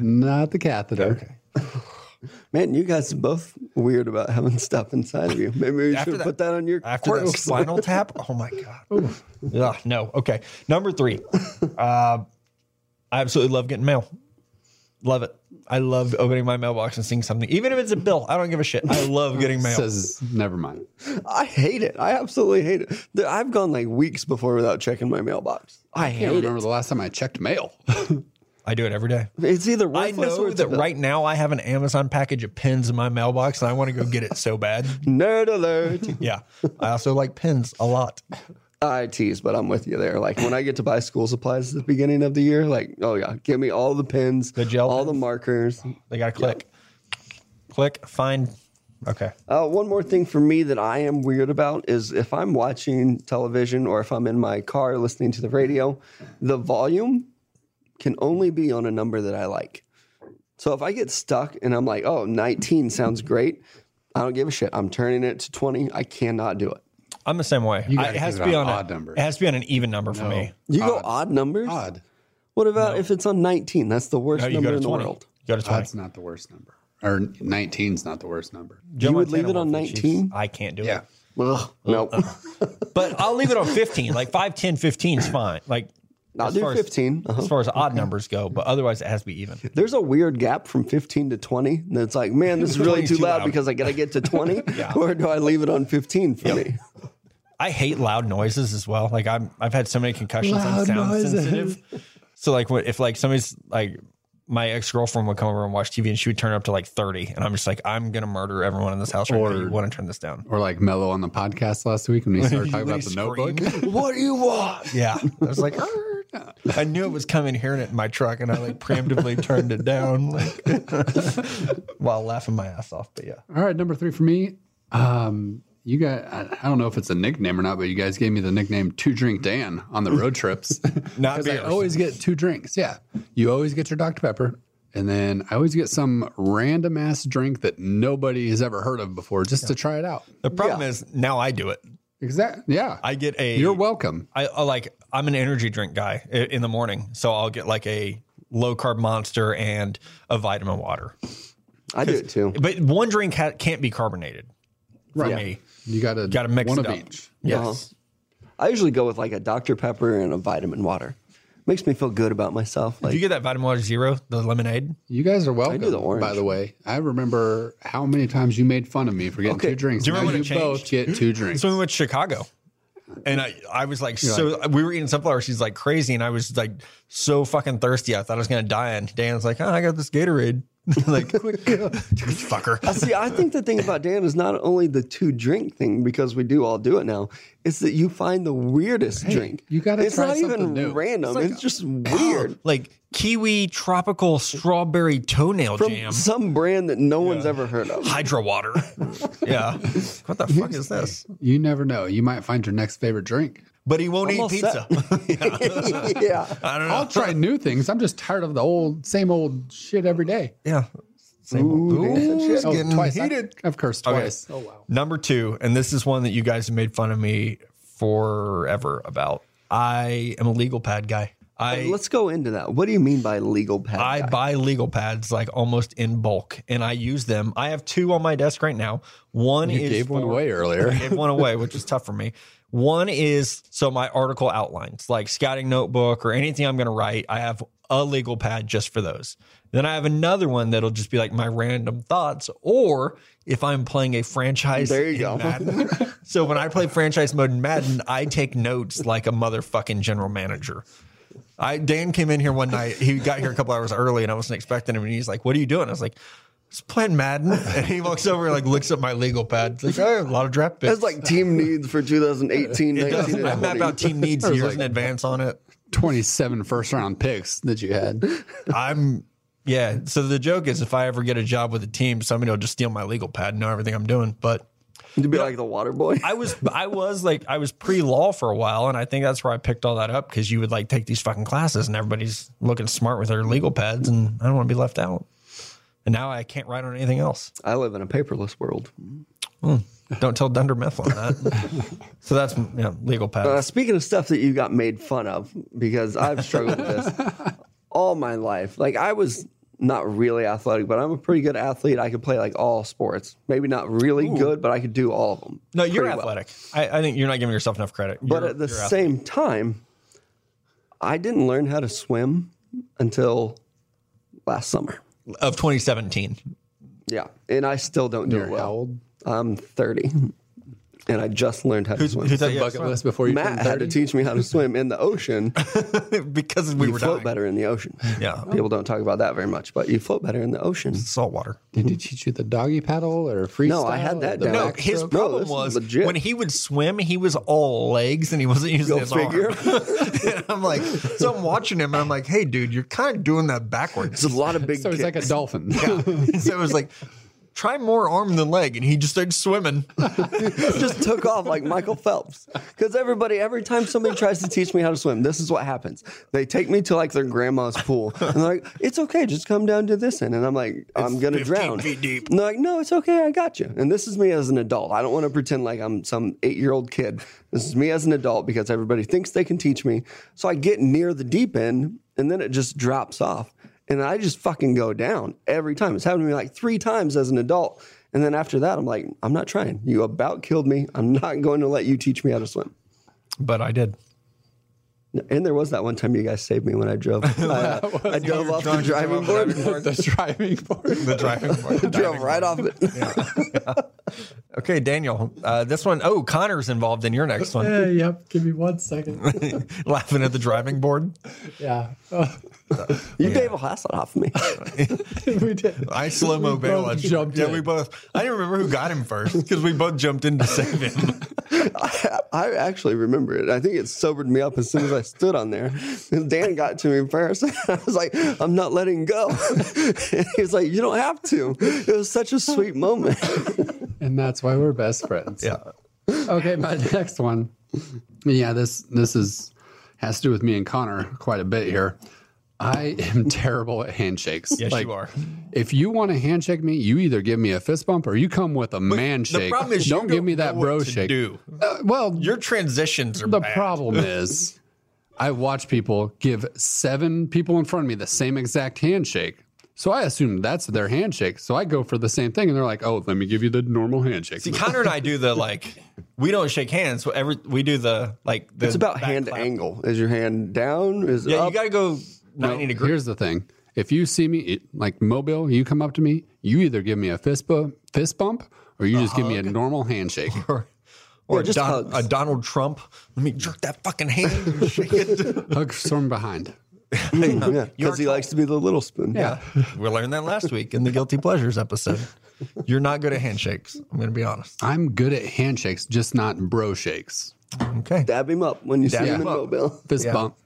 Speaker 5: Not the catheter.
Speaker 2: Man, you guys are both weird about having stuff inside of you. Maybe we should
Speaker 1: that-
Speaker 2: put that on your
Speaker 1: After that
Speaker 2: quirks.
Speaker 1: spinal tap, oh my god. Ugh, no, okay. Number three, uh, I absolutely love getting mail. Love it. I love opening my mailbox and seeing something, even if it's a bill. I don't give a shit. I love getting mail.
Speaker 5: Says never mind.
Speaker 2: I hate it. I absolutely hate it. There- I've gone like weeks before without checking my mailbox. I
Speaker 5: I can't
Speaker 2: hate
Speaker 5: remember
Speaker 2: it.
Speaker 5: the last time I checked mail.
Speaker 1: I do it every day.
Speaker 2: It's either
Speaker 1: I
Speaker 2: worthless or
Speaker 1: know
Speaker 2: it's
Speaker 1: that
Speaker 2: a-
Speaker 1: right now I have an Amazon package of pins in my mailbox and I want to go get it so bad.
Speaker 2: Nerd alert.
Speaker 1: Yeah. I also like pins a lot.
Speaker 2: I tease, but I'm with you there. Like when I get to buy school supplies at the beginning of the year, like, oh yeah, give me all the pins, the
Speaker 1: gel
Speaker 2: all the
Speaker 1: pens?
Speaker 2: markers.
Speaker 1: They got to click. Click, find. Okay.
Speaker 2: Uh, one more thing for me that I am weird about is if I'm watching television or if I'm in my car listening to the radio, the volume can only be on a number that I like. So if I get stuck and I'm like, oh, 19 sounds great, I don't give a shit. I'm turning it to 20. I cannot do it.
Speaker 1: I'm the same way. I,
Speaker 5: gotta
Speaker 1: it has to
Speaker 5: keep it
Speaker 1: be on
Speaker 5: on
Speaker 1: a-
Speaker 5: odd numbers.
Speaker 1: It has to be on an even number for me.
Speaker 2: You go odd numbers?
Speaker 5: Odd.
Speaker 2: What about if it's on 19? That's the worst
Speaker 1: No, you
Speaker 2: number
Speaker 1: go to
Speaker 2: in the
Speaker 1: 20.
Speaker 2: world.
Speaker 1: You go to 20.
Speaker 5: Odd's not the worst number. Or 19's not the worst number.
Speaker 1: Joe
Speaker 2: You would
Speaker 1: Montana
Speaker 2: leave it on
Speaker 1: won for the Chiefs.
Speaker 2: 19?
Speaker 1: I can't do it.
Speaker 2: Ugh, nope.
Speaker 1: But I'll leave it on 15. Like 5, 10, 15 is fine. Like,
Speaker 2: I'll
Speaker 1: as
Speaker 2: do
Speaker 1: far as-
Speaker 2: 15. Uh-huh.
Speaker 1: As far as odd numbers go, but otherwise it has to be even.
Speaker 2: There's a weird gap from 15 to 20 that's like, man, this is really
Speaker 1: 20's
Speaker 2: too
Speaker 1: too
Speaker 2: loud
Speaker 1: loud.
Speaker 2: because I got to get to 20, or do I leave it on 15 for me?
Speaker 1: I hate loud noises as well. Like I'm, I've had so many concussions. I'm
Speaker 5: Loud
Speaker 1: sound
Speaker 5: noises.
Speaker 1: sensitive. So like, when- if like somebody's like, my ex girlfriend would come over and watch TV, and she would turn it up to like thirty, and I'm just like, I'm gonna murder everyone in this house right now. You want to turn this down?
Speaker 5: Or like Mello on the podcast last week when we started talking about the
Speaker 1: Scream.
Speaker 5: notebook.
Speaker 2: What do you want?
Speaker 1: Yeah, I was like, "Arr." I knew it was coming, hearing it in my truck, and I like preemptively turned it down, like while laughing my ass off. But yeah,
Speaker 5: All right, number three for me. Um, you got I, I don't know if it's a nickname or not, but you guys gave me the nickname Two Drink Dan on the road trips.
Speaker 1: Not
Speaker 5: 'Cause I
Speaker 1: beers.
Speaker 5: always get two drinks. Yeah. You always get your Dr. Pepper. And then I always get some random ass drink that nobody has ever heard of before just to try it out.
Speaker 1: the problem is now I do it.
Speaker 5: Exactly. Yeah.
Speaker 1: I get a
Speaker 5: You're welcome.
Speaker 1: I, I like I'm an energy drink guy i- in the morning, so I'll get like a low carb monster and a vitamin water.
Speaker 2: I do it too.
Speaker 1: But one drink ha- can't be carbonated for
Speaker 5: Right.
Speaker 1: me.
Speaker 5: You got to
Speaker 1: Gotta mix
Speaker 5: one
Speaker 1: it
Speaker 5: of
Speaker 1: up.
Speaker 5: each.
Speaker 1: Yes,
Speaker 2: Uh-huh. I usually go with like a Dr. Pepper and a vitamin water. Makes me feel good about myself.
Speaker 1: do
Speaker 2: Like,
Speaker 1: you get that vitamin water zero, the lemonade?
Speaker 5: You guys are welcome.
Speaker 2: the orange.
Speaker 5: By the way, I remember how many times you made fun of me for getting
Speaker 2: Okay.
Speaker 5: two drinks.
Speaker 1: Do you
Speaker 5: Now
Speaker 1: remember when it
Speaker 5: both get two drinks.
Speaker 1: So we went to Chicago, and I I was like so we were eating sunflower seeds like crazy, and I was like so fucking thirsty. I thought I was gonna die, and Dan's like, oh, I got this Gatorade. like, quick, fucker.
Speaker 2: Uh, See, I think the thing about Dan is not only the two drink thing because we do all do it now. It's that you find the weirdest drink.
Speaker 5: you gotta
Speaker 2: It's
Speaker 5: try
Speaker 2: not even
Speaker 5: something new.
Speaker 2: random. It's, just weird
Speaker 1: Like kiwi tropical strawberry toenail
Speaker 2: from
Speaker 1: jam.
Speaker 2: some brand that no one's ever heard of.
Speaker 1: Hydro water. yeah. What the fuck is this?
Speaker 5: You never know. You might find your next favorite drink.
Speaker 1: But he won't
Speaker 2: Almost
Speaker 1: eat pizza.
Speaker 2: yeah,
Speaker 1: I don't know.
Speaker 5: I'll try new things. I'm just tired of the old, same old shit every day. Oh,
Speaker 1: yeah. Same
Speaker 2: Ooh, Dan, shit.
Speaker 1: it's getting
Speaker 5: twice.
Speaker 1: heated.
Speaker 5: I, have cursed twice. Oh, wow.
Speaker 1: Number two, and this is one that you guys have made fun of me forever about. I am a legal pad guy. I
Speaker 2: Let's go into that. What do you mean by legal pad?
Speaker 1: I
Speaker 2: guy?
Speaker 1: buy legal pads like almost in bulk, and I use them. I have two on my desk right now. One
Speaker 5: You
Speaker 1: is
Speaker 5: gave one
Speaker 1: for-
Speaker 5: away
Speaker 1: I
Speaker 5: earlier.
Speaker 1: gave one away, which is tough for me. One is so my article outlines, like scouting notebook or anything I'm going to write. I have a legal pad just for those. Then I have another one that'll just be like my random thoughts, or if I'm playing a franchise.
Speaker 2: There you
Speaker 1: in
Speaker 2: go.
Speaker 1: Madden. so when I play franchise mode in Madden, I take notes like a motherfucking general manager. I Dan came in here one night. He got here a couple hours early, and I wasn't expecting him. And he's like, "What are you doing?" I was like, "Just playing Madden." And he walks over, like looks at my legal pad. He's like, "Oh, a lot of draft picks."
Speaker 2: That's like team needs for 2018, 19, and
Speaker 1: I map
Speaker 2: 20.
Speaker 1: out team needs years in advance on it.
Speaker 5: 27 first round picks that you had.
Speaker 2: Oh,
Speaker 1: I'm yeah. So the joke is, if I ever get a job with a team, somebody will just steal my legal pad and know everything I'm doing. But
Speaker 2: You'd be like the water boy.
Speaker 1: I was I was like I was pre law for a while, and I think that's where I picked all that up because you would like take these fucking classes, and everybody's looking smart with their legal pads, and I don't want to be left out. And now I can't write on anything else.
Speaker 2: I live in a paperless world.
Speaker 1: Don't tell Dunder Mifflin that. so that's yeah, legal
Speaker 2: Uh,
Speaker 1: pads.
Speaker 2: speaking of stuff that you got made fun of, because I've struggled with this all my life. Like I was not really athletic, but I'm a pretty good athlete. I could play like all sports. Maybe not really good, but I could do all of them.
Speaker 1: No, you're
Speaker 2: pretty well.
Speaker 1: athletic. I, I think you're not giving yourself enough credit.
Speaker 2: But
Speaker 1: You're-
Speaker 2: at the
Speaker 1: you're athletic.
Speaker 2: same time, I didn't learn how to swim until last summer.
Speaker 1: of 2017,
Speaker 2: Yeah, and I still don't do it well.
Speaker 5: How old?
Speaker 2: I'm 30, and I just learned how to swim.
Speaker 1: Who's that? Yeah,
Speaker 5: Bucket list before you
Speaker 2: Matt
Speaker 5: turned
Speaker 2: had to
Speaker 5: 30.
Speaker 2: teach me how to swim in the ocean.
Speaker 1: because we
Speaker 2: you
Speaker 1: were
Speaker 2: float
Speaker 1: dying.
Speaker 2: better in the ocean.
Speaker 1: Yeah.
Speaker 2: People don't talk about that very much, but you float better in the ocean.
Speaker 1: Salt water.
Speaker 5: Did he teach you the doggy paddle or freestyle?
Speaker 2: No, I had that
Speaker 5: or the
Speaker 2: down.
Speaker 1: No,
Speaker 2: Backstroke?
Speaker 1: his
Speaker 2: No,
Speaker 1: problem
Speaker 2: this is
Speaker 1: was
Speaker 2: legit.
Speaker 1: when he would swim, he was all legs and he wasn't using
Speaker 2: Go
Speaker 1: his
Speaker 2: figure.
Speaker 1: arm. and I'm like, so I'm watching him and I'm like, hey, dude, you're kind of doing that backwards.
Speaker 2: There's a lot of big
Speaker 5: So he's like a
Speaker 2: kicks.
Speaker 5: dolphin.
Speaker 1: And so it was like, try more arm than leg. And he just started swimming.
Speaker 2: just took off like Michael Phelps. Because everybody, every time somebody tries to teach me how to swim, this is what happens. They take me to like their grandma's pool and they're like, it's okay, just come down to this end. And I'm like, I'm going
Speaker 1: 15
Speaker 2: to drown.
Speaker 1: feet deep.
Speaker 2: And they're like, no, it's okay, I got you. And this is me as an adult. I don't want to pretend like I'm some eight year old kid. This is me as an adult because everybody thinks they can teach me. So I get near the deep end and then it just drops off. And I just fucking go down every time. It's happened to me like three times as an adult. And then after that, I'm like, I'm not trying. You about killed me. I'm not going to let you teach me how to swim.
Speaker 1: But I did.
Speaker 2: And there was that one time you guys saved me when I drove. I, uh, I
Speaker 1: You
Speaker 2: dove
Speaker 1: were
Speaker 2: off the
Speaker 1: drunk, you drove
Speaker 2: driving
Speaker 1: off
Speaker 2: board.
Speaker 1: driving board.
Speaker 5: the driving
Speaker 1: The driving
Speaker 5: board.
Speaker 1: board.
Speaker 2: drove right off it.
Speaker 1: Okay, Daniel. Uh, this one, oh, Connor's involved in your next one.
Speaker 4: Hey, yep. Give me one second.
Speaker 1: Laughing at the driving board.
Speaker 4: Yeah.
Speaker 2: You gave a last off me.
Speaker 4: we did.
Speaker 1: I slow mo
Speaker 4: We
Speaker 1: bail
Speaker 4: both
Speaker 1: at you.
Speaker 4: jumped
Speaker 1: Yeah,
Speaker 4: in.
Speaker 1: we both. I didn't remember who got him first because we both jumped in to save him.
Speaker 2: I, I actually remember it. I think it sobered me up as soon as I stood on there. And Dan got to me first. I was like, I'm not letting go. And he was like, You don't have to. It was such a sweet moment.
Speaker 5: and that's why we're best friends.
Speaker 1: Yeah.
Speaker 5: Okay, my next one. Yeah, this this is has to do with me and Connor quite a bit here. I am terrible at handshakes.
Speaker 1: Yes, you are.
Speaker 5: If you want to handshake me, you either give me a fist bump or you come with a man
Speaker 1: The
Speaker 5: shake.
Speaker 1: problem is, you
Speaker 5: don't, give me that
Speaker 1: know what
Speaker 5: bro
Speaker 1: to
Speaker 5: shake.
Speaker 1: Do
Speaker 5: Uh, well,
Speaker 1: your transitions are
Speaker 5: the
Speaker 1: bad.
Speaker 5: problem is, I watch people give seven people in front of me the same exact handshake. So I assume that's their handshake. So I go for the same thing, and they're like, "Oh, let me give you the normal handshake."
Speaker 1: See, Connor and I do the like. We don't shake hands. So every we do the like. The
Speaker 2: It's about
Speaker 1: back
Speaker 2: hand
Speaker 1: clap.
Speaker 2: angle. Is your hand down? Is it
Speaker 1: Yeah,
Speaker 2: up?
Speaker 1: you got to go ninety degrees.
Speaker 5: Here's the thing: if you see me it- like mobile, you come up to me, you either give me a fist bump, fist bump, or you just give me a normal handshake.
Speaker 1: Or
Speaker 2: just
Speaker 1: a, Don-
Speaker 2: hugs.
Speaker 1: a Donald Trump. Let me jerk that fucking hand. and shake it.
Speaker 5: Hug from behind.
Speaker 2: Mm, Yeah, because he likes to be the little spoon.
Speaker 5: Yeah.
Speaker 1: We learned that last week in the guilty pleasures episode. You're not good at handshakes. I'm going to be honest.
Speaker 5: I'm good at handshakes, just not bro shakes.
Speaker 1: Okay.
Speaker 2: Dab him up when you see
Speaker 5: him
Speaker 2: him in
Speaker 5: up.
Speaker 2: Mobile.
Speaker 5: Fist bump.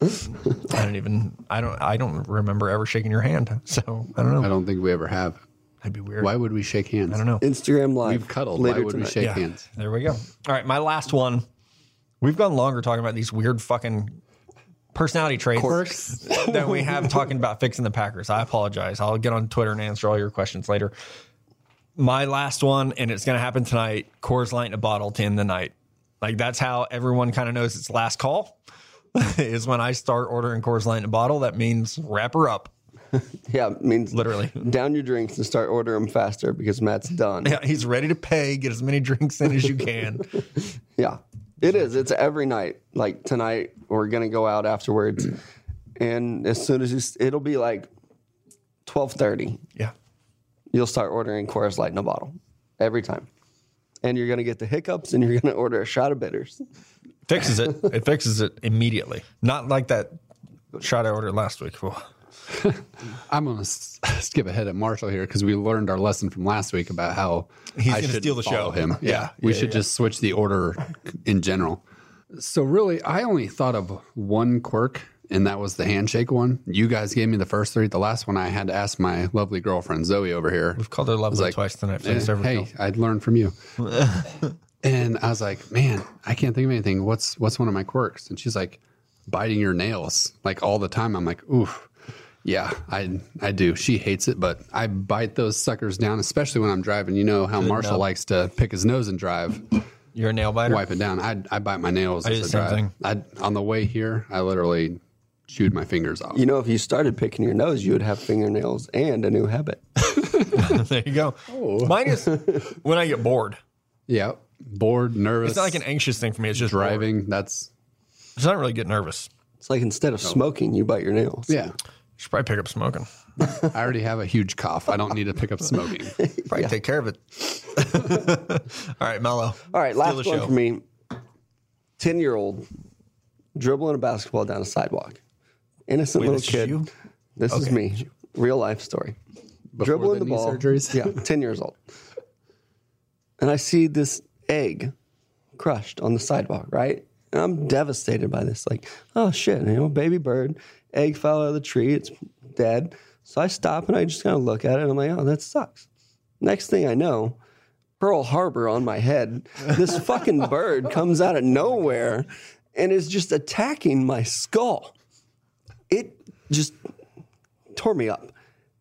Speaker 1: I don't even. I don't. I don't remember ever shaking your hand. So I don't know.
Speaker 5: I don't think we ever have.
Speaker 1: That'd be weird.
Speaker 5: Why would we shake hands? I
Speaker 1: don't know.
Speaker 2: Instagram live.
Speaker 5: We've cuddled.
Speaker 2: Later
Speaker 5: Why would we
Speaker 2: tonight.
Speaker 5: shake
Speaker 1: Yeah.
Speaker 5: hands?
Speaker 1: There we go. All right, my last one. We've gone longer talking about these weird fucking personality traits than we have talking about fixing the Packers. I apologize. I'll get on Twitter and answer all your questions later. My last one, and it's going to happen tonight. Coors Light in a bottle to end the night. Like that's how everyone kind of knows it's last call. is when I start ordering Coors Light in a bottle. That means wrap her up,
Speaker 2: Yeah, it means
Speaker 1: literally.
Speaker 2: down your drinks and start ordering them faster because Matt's done.
Speaker 1: Yeah, he's ready to pay. Get as many drinks in as you can.
Speaker 2: Yeah. It is. It's every night. Like tonight, we're gonna go out afterwards, and as soon as you, s- it'll be like twelve thirty,
Speaker 1: Yeah.
Speaker 2: you'll start ordering Coors Light in a bottle every time, and you're gonna get the hiccups, and you're gonna order a shot of bitters.
Speaker 1: fixes it. It fixes it immediately. Not like that shot I ordered last week. Whew.
Speaker 5: I'm gonna s- skip ahead at Marshall here because we learned our lesson from last week about how
Speaker 1: He's
Speaker 5: I
Speaker 1: gonna
Speaker 5: should
Speaker 1: steal the
Speaker 5: follow
Speaker 1: show.
Speaker 5: Him, yeah,
Speaker 1: Yeah,
Speaker 5: we should just switch the order in general. So really, I only thought of one quirk, and that was the handshake one. You guys gave me the first three. The last one I had to ask my lovely girlfriend Zoe over here.
Speaker 1: We've called her lovely
Speaker 5: like,
Speaker 1: twice tonight.
Speaker 5: Eh,
Speaker 1: Thanks, everyone.
Speaker 5: hey, I'd learned from you. and I was like, man, I can't think of anything. What's what's one of my quirks? And she's like, biting your nails like all the time. I'm like, oof. Yeah, I I do. She hates it, but I bite those suckers down, especially when I'm driving. You know how Marshall likes to pick his nose and drive,
Speaker 1: You're a nail biter.
Speaker 5: wipe it down. I I bite my nails
Speaker 1: do the
Speaker 5: as
Speaker 1: same
Speaker 5: I drive.
Speaker 1: thing.
Speaker 5: I on the way here, I literally chewed my fingers off.
Speaker 2: You know, if you started picking your nose, you would have fingernails and a new habit.
Speaker 1: there you go. Mine is when I get bored.
Speaker 5: Yeah, bored, nervous.
Speaker 1: It's not like an anxious thing for me. It's just bored.
Speaker 5: driving. That's
Speaker 1: It's not really get nervous.
Speaker 2: It's like instead of
Speaker 1: Oh.
Speaker 2: smoking, you bite your nails.
Speaker 5: yeah.
Speaker 1: Should probably pick up smoking.
Speaker 5: I already have a huge cough. I don't need to pick up smoking.
Speaker 1: Probably take care of it. All right, Mello.
Speaker 2: All right,
Speaker 1: Steal
Speaker 2: last
Speaker 1: the
Speaker 2: one
Speaker 1: show.
Speaker 2: for me. Ten year old dribbling a basketball down a sidewalk. Innocent little
Speaker 1: this is
Speaker 2: kid.
Speaker 1: you?
Speaker 2: This is me. Real life story. dribbling
Speaker 5: the
Speaker 2: the,
Speaker 5: knee
Speaker 2: ball.
Speaker 5: surgeries?
Speaker 2: Yeah, ten years old. And I see this egg crushed on the sidewalk, right? And I'm devastated by this. Like, oh shit, you know, baby bird, egg fell out of the tree, it's dead. So I stop and I just kind of look at it and I'm like, oh, that sucks. Next thing I know, Pearl Harbor on my head. This fucking bird comes out of nowhere and is just attacking my skull. It just tore me up.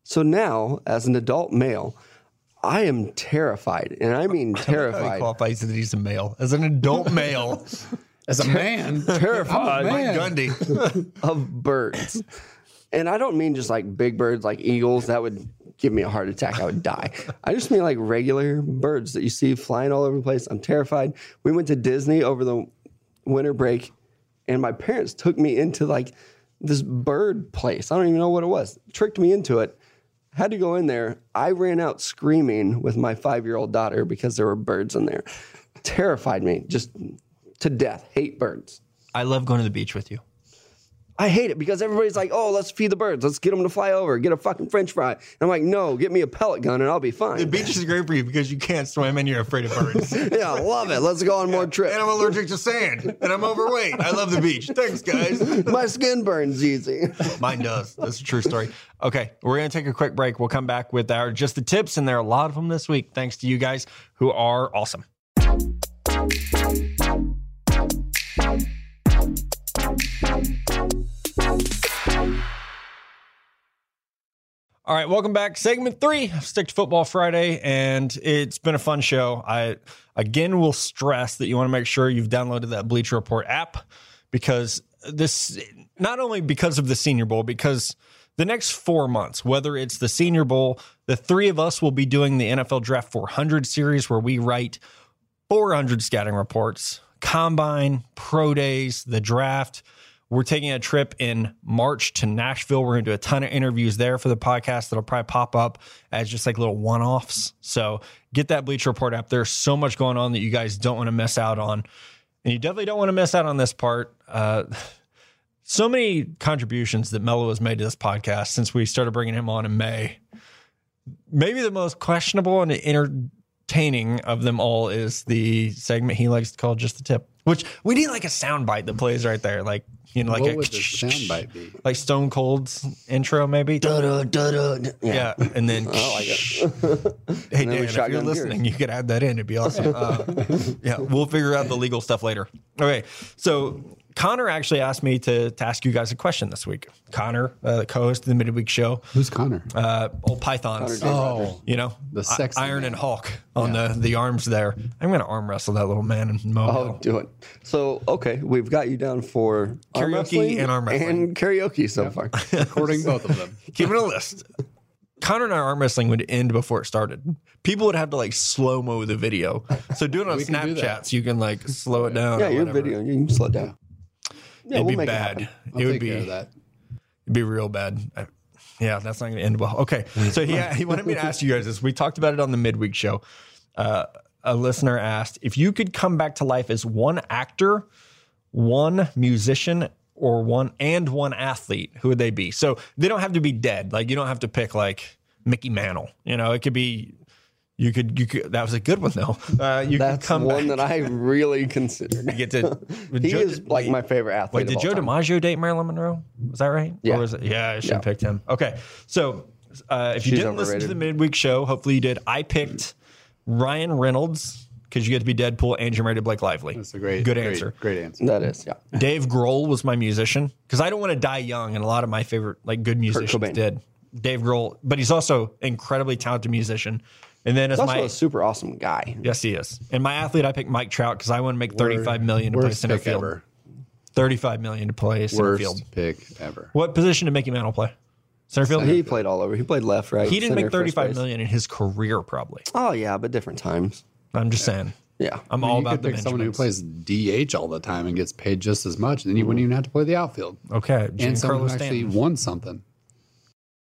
Speaker 2: So now, as an adult male, I am terrified, and I mean
Speaker 1: He
Speaker 2: terrified.
Speaker 1: qualifies that he's a male. As an adult male,
Speaker 5: As a man,
Speaker 1: Uh,
Speaker 2: terrified
Speaker 5: man.
Speaker 1: Gundy.
Speaker 2: of birds. And I don't mean just like big birds like eagles. That would give me a heart attack. I would die. I just mean like regular birds that you see flying all over the place. I'm terrified. We went to Disney over the winter break, and my parents took me into like this bird place. I don't even know what it was. Tricked me into it. Had to go in there. I ran out screaming with my five year old daughter because there were birds in there. Terrified me just to death. Hate birds.
Speaker 1: I love going to the beach with you.
Speaker 2: I hate it because everybody's like, oh, let's feed the birds. Let's get them to fly over. Get a fucking french fry. And I'm like, no, get me a pellet gun and I'll be
Speaker 1: The
Speaker 2: fine.
Speaker 1: beach is great for you because you can't swim and you're afraid of birds.
Speaker 2: yeah, I love it. Let's go on more
Speaker 1: and
Speaker 2: trips.
Speaker 1: I'm allergic to sand, and I'm overweight. I love the beach. Thanks, guys.
Speaker 2: My skin burns easy.
Speaker 1: Mine does. That's a true story. Okay, we're gonna take a quick break. We'll come back with our just the tips, and there are a lot of them this week. Thanks to you guys who are awesome. All right, welcome back. Segment three, of Stick to Football Friday, and it's been a fun show. I again will stress that you want to make sure you've downloaded that Bleacher Report app because this not only because of the Senior Bowl, because the next four months, whether it's the Senior Bowl, the three of us will be doing the NFL Draft 400 series where we write 400 scouting reports, combine, pro days, the draft. We're taking a trip in March to Nashville. We're going to do a ton of interviews there for the podcast that'll probably pop up as just like little one offs. So get that Bleach Report app. There's so much going on that you guys don't want to miss out on. And you definitely don't want to miss out on this part. Uh, so many contributions that Mello has made to this podcast since we started bringing him on in May. Maybe the most questionable and entertaining of them all is the segment he likes to call "Just the Tip," which we need like a sound bite that plays right there, like you know, like
Speaker 5: what
Speaker 1: a
Speaker 5: would the soundbite be?
Speaker 1: like Stone Cold's intro, maybe.
Speaker 2: Da-da, da-da, da- Yeah.
Speaker 1: Yeah, and then
Speaker 2: like it.
Speaker 1: hey
Speaker 2: then we
Speaker 1: Dan, if you're
Speaker 2: shotgun beers.
Speaker 1: listening, you could add that in. It'd be awesome. Uh, yeah, we'll figure out the legal stuff later. Okay, so Connor actually asked me to, to ask you guys a question this week. Connor, uh, the co-host of the midweek show,
Speaker 5: Who's Connor?
Speaker 1: uh, old pythons,
Speaker 5: oh,
Speaker 1: you know,
Speaker 5: The
Speaker 1: I-
Speaker 5: sexy
Speaker 1: Iron
Speaker 5: man.
Speaker 1: and Hulk on the the arms there. I'm gonna arm wrestle that little man in
Speaker 2: I'll
Speaker 1: Mobile.
Speaker 2: do it. So, okay, we've got you down for arm
Speaker 1: Karaoke
Speaker 2: wrestling
Speaker 1: and arm wrestling.
Speaker 2: and karaoke so far.
Speaker 5: recording both of them.
Speaker 1: Keeping a list. Connor and I arm wrestling would end before it started. People would have to like slow mo the video. So do it on
Speaker 5: can do that.
Speaker 1: Snapchat so you can like slow it down.
Speaker 2: yeah,
Speaker 1: or
Speaker 2: your
Speaker 1: whatever.
Speaker 2: video. You can slow it down. Yeah,
Speaker 1: It'd
Speaker 2: we'll
Speaker 1: be
Speaker 2: make
Speaker 1: bad.
Speaker 2: It happen.
Speaker 5: I'll
Speaker 1: it would
Speaker 5: take care
Speaker 1: be
Speaker 5: of that.
Speaker 1: It'd be real bad. I- yeah, that's not going to end well. Okay, so he he wanted me to ask you guys this. We talked about it on the midweek show. Uh, a listener asked if you could come back to life as one actor, one musician, or one and one athlete. Who would they be? So they don't have to be dead. Like you don't have to pick like Mickey Mantle. You know, it could be. You could, you could, that was a good one though. Uh, you could
Speaker 2: That's
Speaker 1: come
Speaker 2: one
Speaker 1: back.
Speaker 2: that I really considered.
Speaker 1: You get to,
Speaker 2: He
Speaker 1: Joe-
Speaker 2: is like my favorite
Speaker 1: Wait,
Speaker 2: athlete.
Speaker 1: did
Speaker 2: of
Speaker 1: Joe
Speaker 2: all time.
Speaker 1: DiMaggio date Marilyn Monroe? Was that right?
Speaker 2: Yeah.
Speaker 1: Or was it? Yeah, I should
Speaker 2: Yeah.
Speaker 1: have picked him. Okay. So uh, if you
Speaker 2: She's
Speaker 1: didn't listen to the
Speaker 2: overrated.
Speaker 1: midweek show, hopefully you did. I picked Ryan Reynolds because you get to be Deadpool and you're married to Blake Lively.
Speaker 5: That's a great,
Speaker 1: good
Speaker 5: great-
Speaker 1: answer.
Speaker 5: Great answer.
Speaker 2: That is, yeah.
Speaker 1: Dave Grohl was my musician because I don't want to die young, and a lot of my favorite like good musicians
Speaker 2: Cobain.
Speaker 1: did. Dave Grohl, but he's also incredibly talented musician. And then as
Speaker 2: Also
Speaker 1: my
Speaker 2: a super awesome guy.
Speaker 1: yes, he is. And my athlete, I picked Mike Trout because I want to make thirty five million to play
Speaker 5: Worst
Speaker 1: center
Speaker 5: pick
Speaker 1: field.
Speaker 5: ever.
Speaker 1: Thirty five million to play center
Speaker 5: Worst
Speaker 1: field.
Speaker 5: pick ever.
Speaker 1: What position did Mickey Mantle play? Center field.
Speaker 2: He played all over. He played left, right.
Speaker 1: He didn't
Speaker 2: center,
Speaker 1: make
Speaker 2: first
Speaker 1: thirty-five
Speaker 2: base.
Speaker 1: million in his career, probably.
Speaker 2: Oh yeah, but different times.
Speaker 1: I'm just saying.
Speaker 2: Yeah.
Speaker 1: I'm
Speaker 5: you
Speaker 1: all
Speaker 5: could
Speaker 1: about the
Speaker 5: pick someone who
Speaker 1: Benjamins.
Speaker 5: plays DH all the time and gets paid just as much, and then you wouldn't even have to play the outfield.
Speaker 1: Okay,
Speaker 5: and someone
Speaker 1: Giancarlo
Speaker 5: who actually
Speaker 1: Oh, Stanton,
Speaker 5: won something.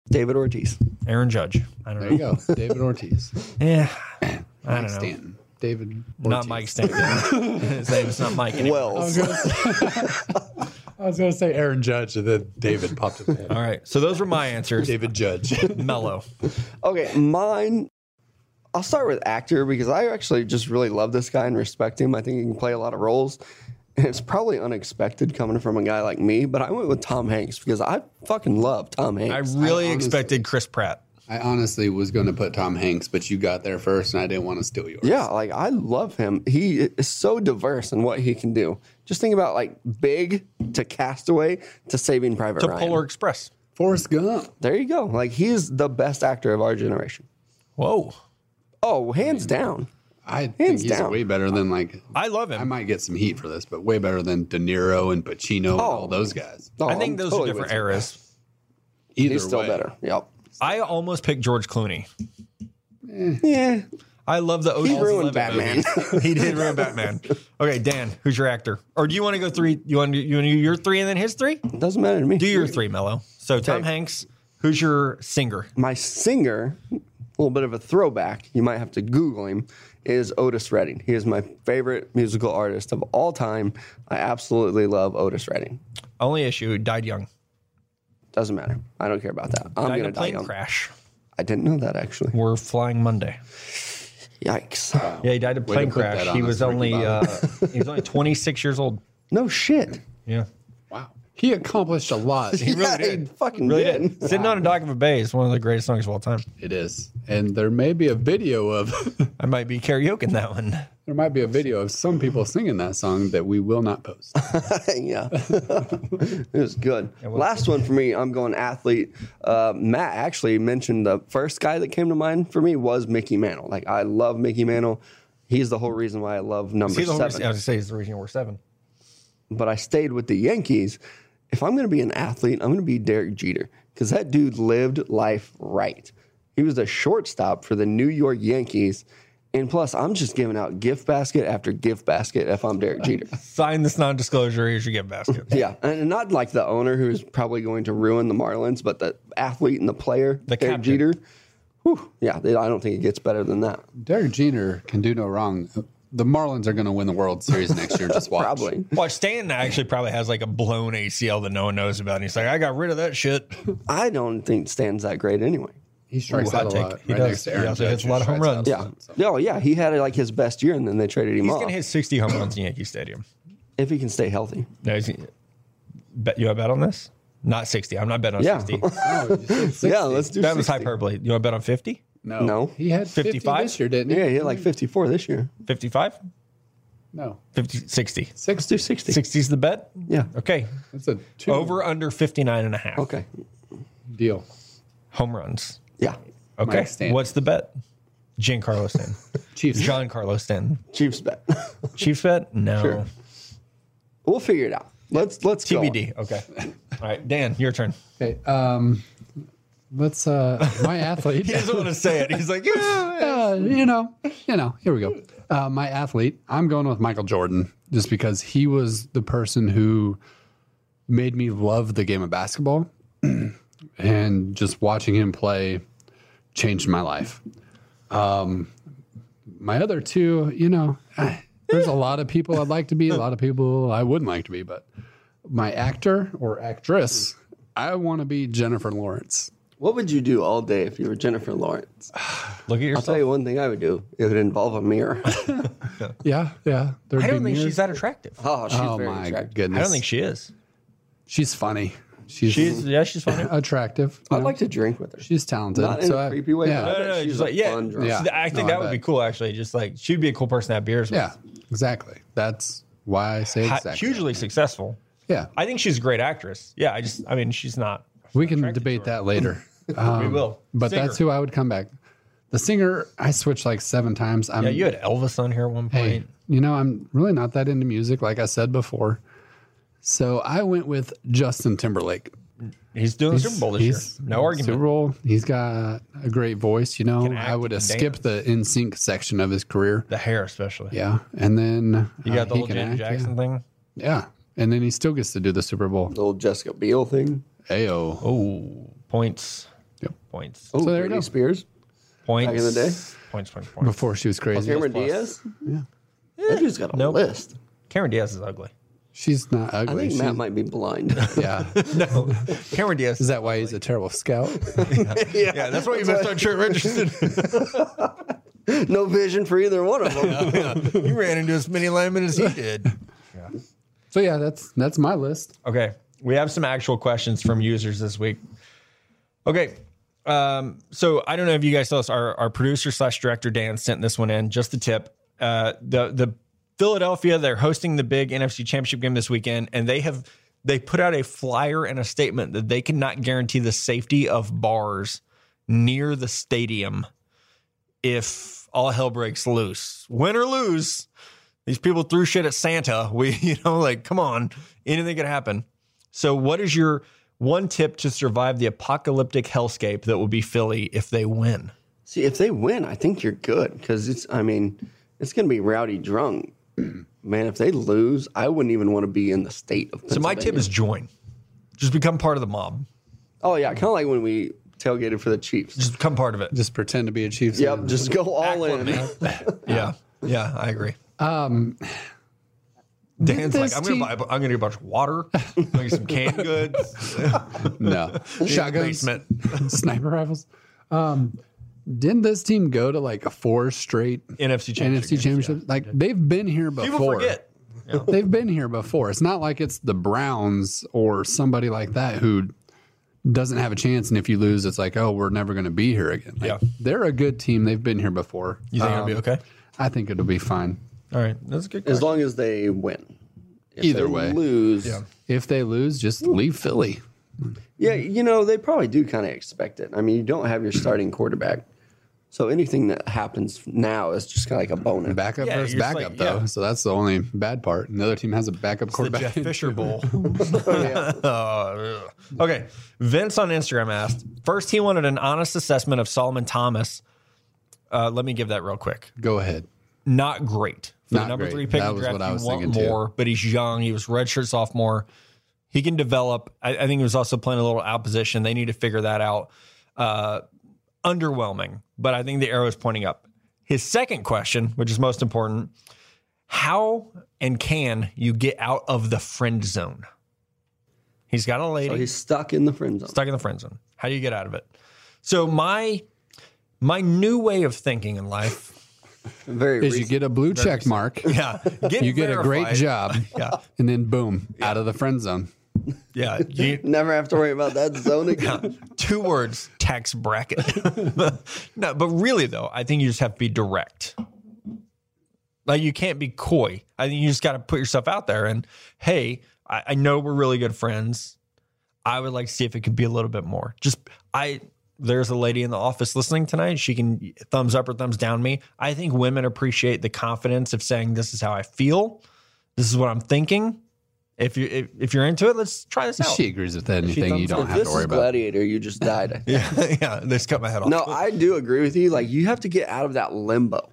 Speaker 2: David Ortiz.
Speaker 1: Aaron Judge. I don't
Speaker 5: There
Speaker 1: know.
Speaker 5: you go, David Ortiz,
Speaker 1: Yeah, I
Speaker 5: Mike
Speaker 1: don't know.
Speaker 5: Stanton, David.
Speaker 1: Not Mike Stanton. his name is not Mike. Anyway.
Speaker 2: Wells.
Speaker 5: I was going to say Aaron Judge, and then David popped in.
Speaker 1: All right. So those were my answers.
Speaker 5: David Judge.
Speaker 1: Mellow.
Speaker 2: Okay, mine. I'll start with actor because I actually just really love this guy and respect him. I think he can play a lot of roles. And it's probably unexpected coming from a guy like me, but I went with Tom Hanks because I fucking love Tom
Speaker 1: I
Speaker 2: Hanks.
Speaker 1: really
Speaker 5: honestly-
Speaker 1: expected Chris Pratt.
Speaker 5: I honestly was going to put Tom Hanks, but you got there first, and I didn't want to steal yours.
Speaker 2: yeah, like I love him. He is so diverse in what he can do. Just think about like Big to Castaway to Saving Private
Speaker 1: The
Speaker 2: Ryan.
Speaker 1: Polar Express.
Speaker 5: Forrest Gump.
Speaker 2: There you go. Like he is the best actor of our generation.
Speaker 1: Whoa.
Speaker 2: Oh, hands down.
Speaker 5: I think
Speaker 2: Hands
Speaker 5: he's
Speaker 2: down.
Speaker 5: way better than like.
Speaker 1: I love him.
Speaker 5: I might get some heat for this, but way better than De Niro and Pacino and all those guys.
Speaker 2: Oh,
Speaker 1: I think
Speaker 2: I'm
Speaker 1: those
Speaker 2: totally
Speaker 1: are different
Speaker 2: with you.
Speaker 1: eras.
Speaker 5: Either
Speaker 2: He's still
Speaker 5: way.
Speaker 2: better. Yep.
Speaker 1: I almost picked George Clooney.
Speaker 2: Yeah.
Speaker 1: I love the Ocean's
Speaker 2: ruined
Speaker 1: Eleven movies. he did ruin Batman. Okay, Dan, who's your actor? Or do you want to go three? You want to, you want to do your three and then his three?
Speaker 2: Doesn't matter to me.
Speaker 1: Do your three, Mello. So Tom
Speaker 2: Okay.
Speaker 1: Hanks, who's your singer?
Speaker 2: my singer, a little bit of a throwback, you might have to Google him, is Otis Redding. He is my favorite musical artist of all time. I absolutely love Otis Redding.
Speaker 1: Only issue died young.
Speaker 2: Doesn't matter. I don't care about that.
Speaker 1: Died
Speaker 2: I'm
Speaker 1: in a
Speaker 2: gonna die
Speaker 1: plane
Speaker 2: young.
Speaker 1: crash.
Speaker 2: I didn't know that actually.
Speaker 1: We're flying Monday.
Speaker 2: Yikes.
Speaker 1: Yeah, he died in a
Speaker 5: Way to
Speaker 1: plane
Speaker 5: put
Speaker 1: crash.
Speaker 5: that on
Speaker 1: He
Speaker 5: us,
Speaker 1: was
Speaker 5: Ricky
Speaker 1: only uh,
Speaker 5: Bobby.
Speaker 1: he was only 26 years old.
Speaker 2: No shit.
Speaker 1: Yeah,
Speaker 5: Wow. He accomplished a lot.
Speaker 2: yeah,
Speaker 1: did.
Speaker 2: he fucking
Speaker 1: really
Speaker 2: did.
Speaker 1: did. Sitting on a dock of a bay is one of the greatest songs of all time.
Speaker 5: it is. And there may be a video of
Speaker 1: I might be karaoke in that one.
Speaker 5: there might be a video of some people singing that song that we will not post.
Speaker 2: yeah. it was good. Last one for me, I'm going athlete. Uh, Matt actually mentioned the first guy that came to mind for me was Mickey Mantle. Like, I love Mickey Mantle. He's the whole reason why I love number
Speaker 1: He's the whole
Speaker 2: seven.
Speaker 1: reason, I was gonna say he's the reason we're seven.
Speaker 2: but I stayed with the Yankees. If I'm going to be an athlete, I'm going to be Derek Jeter because that dude lived life right. He was a shortstop for the New York Yankees. And plus, I'm just giving out gift basket after gift basket if I'm Derek Jeter.
Speaker 1: Sign this non-disclosure. Here's your gift basket.
Speaker 2: Yeah. And not like the owner who's probably going to ruin the Marlins, but the athlete and the player,
Speaker 1: The
Speaker 2: Derek
Speaker 1: captain.
Speaker 2: Jeter. Whew, yeah, they- I don't think it gets better than that.
Speaker 5: Derek Jeter can do no wrong the Marlins are going to win the World Series next year. Just watch.
Speaker 2: Probably.
Speaker 1: Watch Stanton actually probably has like a blown ACL that no one knows about. And he's like, I got rid of that shit.
Speaker 2: I don't think Stan's that great anyway.
Speaker 5: He strikes
Speaker 1: Ooh, hot
Speaker 5: out a
Speaker 1: take.
Speaker 5: lot.
Speaker 1: He
Speaker 5: right
Speaker 1: does.
Speaker 5: next to
Speaker 1: He
Speaker 5: Aaron
Speaker 1: also
Speaker 5: Judge,
Speaker 1: hits a
Speaker 5: who
Speaker 1: lot of home
Speaker 5: strikes
Speaker 1: runs.
Speaker 5: out
Speaker 2: Yeah.
Speaker 5: some, so.
Speaker 2: No, yeah. He had like his best year and then they traded him
Speaker 1: He's
Speaker 2: off.
Speaker 1: gonna hit sixty home runs in Yankee Stadium.
Speaker 2: if he can stay healthy.
Speaker 1: No, he's, bet you want to bet on this? Not sixty. I'm not betting on
Speaker 2: Yeah.
Speaker 1: sixty.
Speaker 5: Oh, you said 60.
Speaker 2: Yeah, let's do
Speaker 1: That was
Speaker 2: 60.
Speaker 1: hyperbole. You want to bet on 50?
Speaker 5: No.
Speaker 2: No.
Speaker 5: He had 50
Speaker 1: 55?
Speaker 5: this year, didn't he?
Speaker 2: Yeah, he hit like 54 this year.
Speaker 1: 55?
Speaker 5: No.
Speaker 1: 50, 60.
Speaker 2: Let's do 60.
Speaker 1: 60 is the bet?
Speaker 2: Yeah.
Speaker 1: Okay.
Speaker 5: That's a two
Speaker 1: Over under 59 and a half.
Speaker 2: Okay.
Speaker 5: deal.
Speaker 1: Home runs.
Speaker 2: Yeah.
Speaker 1: Okay.
Speaker 5: Mike Stanton.
Speaker 1: What's the bet? Giancarlo Stanton.
Speaker 5: Chiefs.
Speaker 1: Giancarlo Stanton.
Speaker 2: Chiefs bet.
Speaker 1: Chiefs bet? No.
Speaker 2: Sure. we'll figure it out. Let's let's go.
Speaker 1: TBD. Okay. All right, Dan, your turn.
Speaker 5: Okay. Um, let's, uh, my athlete.
Speaker 1: He doesn't want to say it. He's like, yeah.
Speaker 5: Uh, you know, you know. Here we go. Uh, my athlete. I'm going with Michael Jordan just because he was the person who made me love the game of basketball, and just watching him play changed my life. Um, my other two, you know, there's a lot of people I'd like to be, a lot of people I wouldn't like to be, but my actor or actress, I want to be Jennifer Lawrence.
Speaker 2: What would you do all day if you were Jennifer Lawrence?
Speaker 1: Look at
Speaker 2: I'll tell
Speaker 1: yourself.
Speaker 2: you one thing I would do. It would involve a mirror.
Speaker 5: Yeah, yeah.
Speaker 1: I don't think she's that attractive.
Speaker 2: Oh, she's
Speaker 5: Oh
Speaker 2: very
Speaker 5: my
Speaker 2: attractive.
Speaker 5: goodness!
Speaker 1: I don't think she is.
Speaker 5: She's funny. She's,
Speaker 1: She's yeah, she's funny.
Speaker 5: attractive. you
Speaker 2: I'd
Speaker 5: know?
Speaker 2: like to drink with her.
Speaker 5: she's talented.
Speaker 2: Not in
Speaker 5: so
Speaker 2: a
Speaker 5: I-
Speaker 2: creepy way,
Speaker 5: Yeah.
Speaker 2: but-
Speaker 1: No, no,
Speaker 2: She's
Speaker 1: she's
Speaker 2: a
Speaker 1: like, yeah,
Speaker 2: fun drunk.
Speaker 5: Yeah.
Speaker 1: I think
Speaker 5: No, I
Speaker 1: that would be
Speaker 5: bet.
Speaker 1: cool, actually. Just like she'd be a cool person to have beers with.
Speaker 5: yeah, exactly. That's why I say
Speaker 1: Hot-
Speaker 5: exactly.
Speaker 1: hugely successful.
Speaker 5: Yeah,
Speaker 1: I think she's a great actress. Yeah, I just, I mean, she's not.
Speaker 5: we can debate that later. Um,
Speaker 1: We will.
Speaker 5: But
Speaker 1: Singer.
Speaker 5: that's who I would come back. The singer, I switched like seven times. I'm,
Speaker 1: Yeah, you had Elvis on here at one point.
Speaker 5: hey, you know, I'm really not that into music, like I said before. So I went with Justin Timberlake.
Speaker 1: He's doing the Super Bowl this year.
Speaker 5: He's-
Speaker 1: No argument.
Speaker 5: Super Bowl. He's got a great voice. You know,
Speaker 1: act,
Speaker 5: I would
Speaker 1: can
Speaker 5: have skipped the in sync section of his career.
Speaker 1: The hair, especially.
Speaker 5: Yeah, and then
Speaker 1: You
Speaker 5: uh,
Speaker 1: got the
Speaker 5: he
Speaker 1: whole
Speaker 5: can
Speaker 1: Janet
Speaker 5: act,
Speaker 1: Jackson thing.
Speaker 5: Yeah. yeah, and then he still gets to do the Super Bowl.
Speaker 2: The old Jessica Biel thing.
Speaker 5: Ayo.
Speaker 1: Oh, points.
Speaker 5: Yep.
Speaker 1: Points.
Speaker 2: Oh,
Speaker 5: there you
Speaker 2: Britney
Speaker 5: go.
Speaker 2: Spears.
Speaker 1: Points.
Speaker 2: in the day?
Speaker 1: Points, points, points.
Speaker 5: Before she was crazy,
Speaker 2: Cameron Diaz. Yeah. That dude's got a
Speaker 1: Nope.
Speaker 2: list.
Speaker 1: Cameron Diaz is ugly.
Speaker 5: she's not
Speaker 2: I
Speaker 5: ugly.
Speaker 2: think Matt might be blind.
Speaker 5: She's- yeah,
Speaker 1: No. Oh, Cameron Diaz.
Speaker 5: is that why he's a terrible scout?
Speaker 1: yeah, that's why you missed on Trent Richardson.
Speaker 2: no vision for either one of them.
Speaker 1: you ran into as many linemen as he did.
Speaker 5: so yeah, that's that's my list.
Speaker 1: Okay. We have some actual questions from users this week. Okay. Um, so I don't know if you guys saw this. Our, our producer slash director Dan sent this one in. Just a tip. Uh, the the Philadelphia they're hosting the big NFC Championship game this weekend, and they have they put out a flyer and a statement that they cannot guarantee the safety of bars near the stadium if all hell breaks loose. Win or lose, these people threw shit at Santa. We, you know, like, come on, anything could happen. So, what is your one tip to survive the apocalyptic hellscape that will be Philly if they win?
Speaker 2: See, if they win, I think you're good because it's. I mean, it's going to be rowdy drunk. Man, if they lose, I wouldn't even want to be in the state of.
Speaker 1: So, my tip
Speaker 2: Pennsylvania.
Speaker 1: is join. Just become part of the mob.
Speaker 2: Oh yeah, kind of like when we tailgated for the Chiefs.
Speaker 1: Just become part of it.
Speaker 5: Just pretend to be a Chiefs.
Speaker 2: Yep,
Speaker 5: fan.
Speaker 2: just go all in.
Speaker 1: Yeah, yeah, I agree. Um, Dan's like,
Speaker 5: this
Speaker 1: I'm gonna
Speaker 5: team-
Speaker 1: buy. a- I'm gonna get a bunch of water, I'm gonna get some canned goods,
Speaker 5: No shotguns,
Speaker 1: basement.
Speaker 5: sniper rifles. Um, didn't this team go to like a four straight
Speaker 1: NFC championship.
Speaker 5: NFC
Speaker 1: games.
Speaker 5: championship? Like they've been here before.
Speaker 1: People forget.
Speaker 5: they've been here before. It's not like it's the Browns or somebody like that who doesn't have a chance. And if you lose, it's like, oh, we're never going to be here again. Like,
Speaker 1: Yeah.
Speaker 5: they're a good team. They've been here before.
Speaker 1: You think it'll be
Speaker 5: Um,
Speaker 1: okay?
Speaker 5: I think it'll be fine.
Speaker 1: All right, that's a good.
Speaker 2: As
Speaker 1: question.
Speaker 2: long as they win. If
Speaker 5: Either
Speaker 2: they
Speaker 5: way.
Speaker 2: lose. Yeah.
Speaker 1: Yeah.
Speaker 5: If they lose, just leave Philly. Mm-hmm.
Speaker 2: you know they probably do kind of expect it. I mean, you don't have your starting quarterback, so anything that happens now is just kind of like a bonus.
Speaker 5: Backup
Speaker 1: Yeah,
Speaker 5: versus
Speaker 1: you're just
Speaker 5: backup,
Speaker 1: like-
Speaker 5: though.
Speaker 1: yeah.
Speaker 5: So that's the only bad part. And the other team has a backup
Speaker 1: the
Speaker 5: quarterback.
Speaker 1: Jeff Fisher Bowl.
Speaker 2: Yeah.
Speaker 1: Uh, ugh. okay. Vince on Instagram asked first, he wanted an honest assessment of Solomon Thomas. Uh, let me give that real quick.
Speaker 5: Go ahead.
Speaker 1: Not great. For the
Speaker 5: Not
Speaker 1: number
Speaker 5: great.
Speaker 1: three pick
Speaker 5: That
Speaker 1: in
Speaker 5: was
Speaker 1: draft,
Speaker 5: what I
Speaker 1: you
Speaker 5: was
Speaker 1: want
Speaker 5: thinking, too.
Speaker 1: more, but he's young. He was redshirt sophomore. He can develop. I, I think he was also playing a little out position. They need to figure that out. Uh, underwhelming, but I think the arrow is pointing up. His second question, which is most important, how and can you get out of the friend zone? He's got a lady
Speaker 2: So he's stuck in the friend zone.
Speaker 1: stuck in the friend zone. How do you get out of it? So my my new way of thinking in life,
Speaker 2: Very
Speaker 5: Is you get a blue check mark,
Speaker 1: yeah, get
Speaker 5: you get a great
Speaker 1: verified.
Speaker 5: job,
Speaker 1: Yeah,
Speaker 5: and then boom, out of the friend zone.
Speaker 1: yeah. You,
Speaker 2: Never have to worry about that zone again.
Speaker 1: two words: tax bracket. no, but really though, I think you just have to be direct. Like you can't be coy. I think you just got to put yourself out there. And hey, I, I know we're really good friends. I would like to see if it could be a little bit more. Just I there's a lady in the office listening tonight. She can thumbs up or thumbs down me. I think women appreciate the confidence of saying this is how I feel. This is what I'm thinking. If you if, if you're into it, let's try this out.
Speaker 5: She agrees with anything. You don't
Speaker 2: if
Speaker 5: have
Speaker 2: this
Speaker 5: to worry
Speaker 2: is
Speaker 5: about.
Speaker 2: Gladiator, you just died.
Speaker 1: yeah, yeah. They just cut my head off.
Speaker 2: No, I do agree with you. Like you have to get out of that limbo.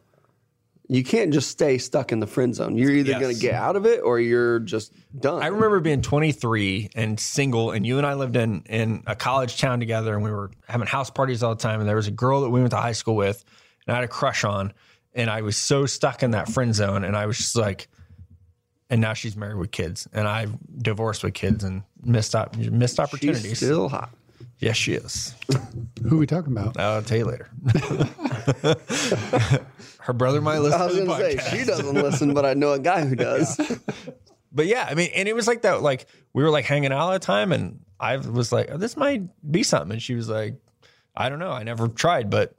Speaker 2: You can't just stay stuck in the friend zone. You're either
Speaker 1: Yes.
Speaker 2: going to get out of it or you're just done.
Speaker 1: I remember being 23 and single, and you and I lived in in a college town together, and we were having house parties all the time. And there was a girl that we went to high school with, and I had a crush on, and I was so stuck in that friend zone, and I was just like, and now she's married with kids, and I divorced with kids, and missed op- missed opportunities.
Speaker 2: She's still hot.
Speaker 1: yes, she is.
Speaker 5: Who are we talking about?
Speaker 1: I'll tell you later. Her brother might listen to
Speaker 2: I was
Speaker 1: the
Speaker 2: going to
Speaker 1: podcast.
Speaker 2: say she doesn't listen, but I know a guy who does.
Speaker 1: but yeah, I mean, and it was like that. Like we were like hanging out all the time, and I was like, oh, "This might be something." And she was like, "I don't know. I never tried, but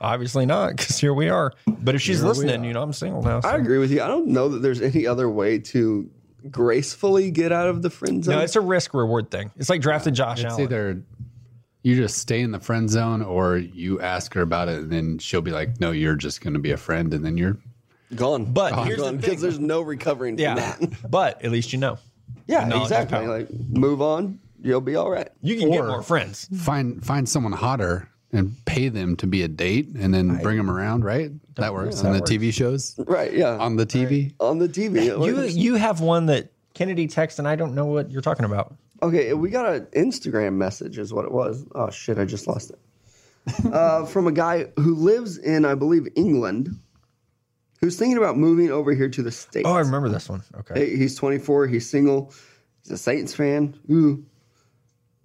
Speaker 1: obviously not because here we are." But if she's listening, you know, I'm single now. So.
Speaker 2: I agree with you. I don't know that there's any other way to gracefully get out of the friend zone.
Speaker 1: no, it's a risk reward thing. It's like drafting Josh
Speaker 5: It's
Speaker 1: Allen.
Speaker 5: either you just stay in the friend zone, or you ask her about it, and then she'll be like, "No, you're just going to be a friend," and then you're
Speaker 2: gone.
Speaker 1: But here's the thing.
Speaker 2: because there's no recovering from
Speaker 1: yeah,
Speaker 2: that.
Speaker 1: but at least you know
Speaker 2: Yeah,
Speaker 1: Knowledge is
Speaker 2: exactly.
Speaker 1: power.
Speaker 2: Like move on, you'll be all right.
Speaker 1: you can get
Speaker 5: Or-
Speaker 1: more friends.
Speaker 5: find find someone hotter and pay them to be a date, and then bring them around. Right? That works. in the TV shows
Speaker 2: Right? Yeah.
Speaker 5: on the TV.
Speaker 2: on the TV. it
Speaker 1: You
Speaker 2: works.
Speaker 1: you have one that Kennedy texted, and I don't know what you're talking about.
Speaker 2: Okay, we got an Instagram message, is what it was. Oh shit, I just lost it. uh, from a guy who lives in, I believe, England, who's thinking about moving over here to the states.
Speaker 1: Oh, I remember this one. Okay,
Speaker 2: Hey, he's 24. He's single. He's a Saints fan. Ooh,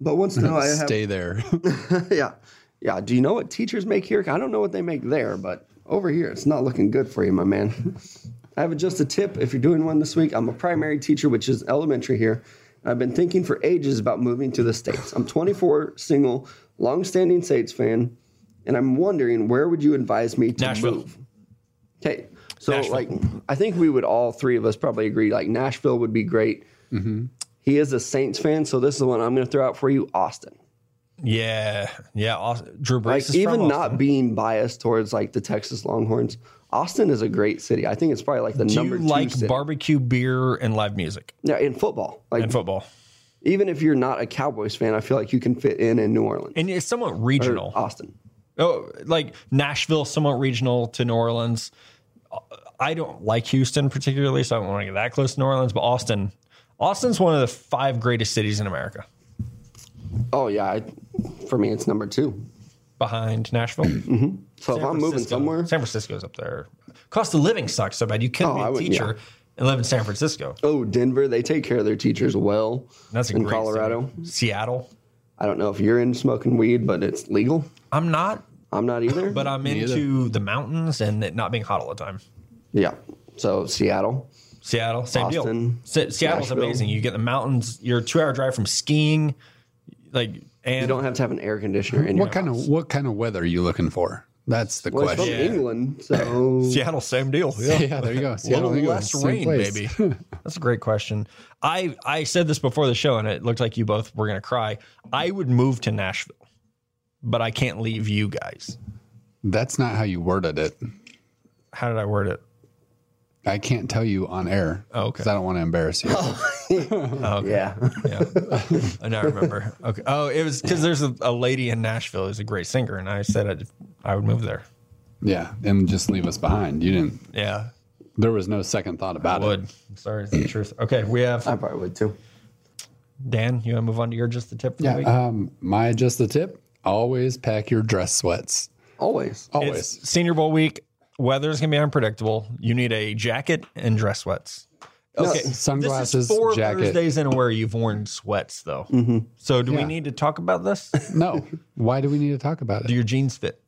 Speaker 2: but once to know I have.
Speaker 5: Stay there.
Speaker 2: yeah, yeah. Do you know what teachers make here? I don't know what they make there, but over here, it's not looking good for you, my man. I have just a tip if you're doing one this week. I'm a primary teacher, which is elementary here. I've been thinking for ages about moving to the States. I'm 24, single, longstanding States fan, and I'm wondering where would you advise me to
Speaker 1: Nashville.
Speaker 2: move? Okay. So
Speaker 1: Nashville.
Speaker 2: like I think we would all three of us probably agree like Nashville would be great.
Speaker 1: Mm-hmm.
Speaker 2: He is a Saints fan, so this is the one I'm going to throw out for you, Austin
Speaker 1: yeah, yeah. Austin, Drew Brees
Speaker 2: like
Speaker 1: is
Speaker 2: even
Speaker 1: from
Speaker 2: not being biased towards like the Texas Longhorns, Austin is a great city. I think it's probably like the
Speaker 1: Do
Speaker 2: number
Speaker 1: you
Speaker 2: two
Speaker 1: like
Speaker 2: city.
Speaker 1: barbecue, beer, and live music
Speaker 2: yeah, in football. Like
Speaker 1: and football?
Speaker 2: even if you're not a Cowboys fan, I feel like you can fit in in New Orleans,
Speaker 1: And it's somewhat
Speaker 2: or uh,
Speaker 1: regional.
Speaker 2: Austin.
Speaker 1: Oh, like Nashville, somewhat regional to New Orleans. I don't like Houston particularly, so I don't want to get that close to New Orleans. But Austin, Austin's one of the five greatest cities in America,
Speaker 2: Oh yeah, I, for me it's number two.
Speaker 1: behind Nashville. San
Speaker 2: So if I'm moving
Speaker 1: Francisco.
Speaker 2: somewhere,
Speaker 1: San Francisco's up there. Cost of living sucks so bad. You couldn't
Speaker 2: Oh,
Speaker 1: be
Speaker 2: I
Speaker 1: a
Speaker 2: would-
Speaker 1: teacher and live in San Francisco.
Speaker 2: oh Denver, they take care of their teachers well.
Speaker 1: That's a
Speaker 2: in
Speaker 1: great
Speaker 2: Colorado.
Speaker 1: city. Seattle.
Speaker 2: I don't know if you're in smoking weed, but it's legal.
Speaker 1: I'm not,
Speaker 2: I'm not either.
Speaker 1: but I'm into the mountains and it not being hot all the time.
Speaker 2: yeah, so Seattle.
Speaker 1: Seattle, same
Speaker 2: Austin,
Speaker 1: deal. Se- Seattle's
Speaker 2: Nashville.
Speaker 1: amazing. You get the mountains. You're a two hour drive from skiing, like and
Speaker 2: You don't have to have an air conditioner in your
Speaker 5: what kind of what kind of weather are you looking for? That's the
Speaker 2: Well, it's from
Speaker 5: question.
Speaker 2: England, so
Speaker 1: Seattle, same deal.
Speaker 5: Yeah. there you go.
Speaker 1: A little
Speaker 5: Seattle, England,
Speaker 1: less
Speaker 5: same
Speaker 1: rain,
Speaker 5: place.
Speaker 1: baby. That's a great question. I I said this before the show, and it looked like you both were gonna cry. I would move to Nashville, but I can't leave you guys.
Speaker 5: That's not how you worded it.
Speaker 1: How did I word it?
Speaker 5: I can't tell you on air.
Speaker 1: Oh, okay.
Speaker 5: 'cause I don't want to embarrass you.
Speaker 2: yeah.
Speaker 1: Yeah, I now remember. Okay. Oh, it was because there's a, a lady in Nashville who's a great singer, and I said I'd, I would move there.
Speaker 5: yeah, and just leave us behind. You didn't.
Speaker 1: Yeah,
Speaker 5: There was no second thought
Speaker 1: I
Speaker 5: about it.
Speaker 1: would. Sorry, it's the truth. Okay, we have
Speaker 2: I probably would too.
Speaker 1: Dan, you want to move on to your just the tip for the week?
Speaker 5: Um, my just the tip: always pack your dress sweats.
Speaker 2: Always.
Speaker 5: Always.
Speaker 1: It's Senior Bowl week. Weather's gonna be unpredictable. You need a jacket and dress sweats. Okay,
Speaker 5: sunglasses,
Speaker 1: This is four
Speaker 5: jacket. Mm-hmm.
Speaker 1: Thursdays in a where you've worn sweats though. So do we
Speaker 5: Yeah.
Speaker 1: need to talk about this?
Speaker 5: No. Why do we need to talk about
Speaker 1: do
Speaker 5: it?
Speaker 1: your jeans fit?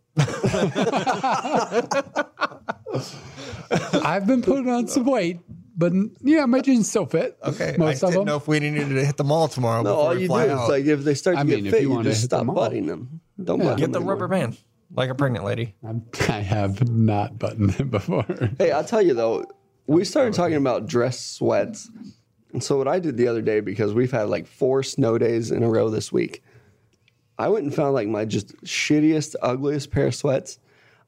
Speaker 5: I've been putting on some weight, but yeah, my jeans still fit. Okay.
Speaker 1: I
Speaker 5: Most of
Speaker 1: didn't
Speaker 5: them.
Speaker 1: know if we needed to hit the mall tomorrow.
Speaker 2: No,
Speaker 1: before
Speaker 2: all
Speaker 1: we
Speaker 2: Oh, you do
Speaker 1: fly
Speaker 2: is
Speaker 1: out.
Speaker 2: like if they start to
Speaker 5: I
Speaker 2: get
Speaker 5: mean, if
Speaker 2: fit,
Speaker 5: you
Speaker 2: you,
Speaker 5: wanna
Speaker 2: just
Speaker 5: hit
Speaker 2: stop
Speaker 5: them all.
Speaker 2: butting them. Don't butt
Speaker 1: get
Speaker 2: them
Speaker 1: the
Speaker 2: anymore.
Speaker 1: rubber band like a pregnant lady.
Speaker 5: I have not buttoned it before.
Speaker 2: Hey, I'll tell you though, we started talking about dress sweats. And so what I did the other day because we've had like four snow days in a row this week. I went and found like my just shittiest, ugliest pair of sweats.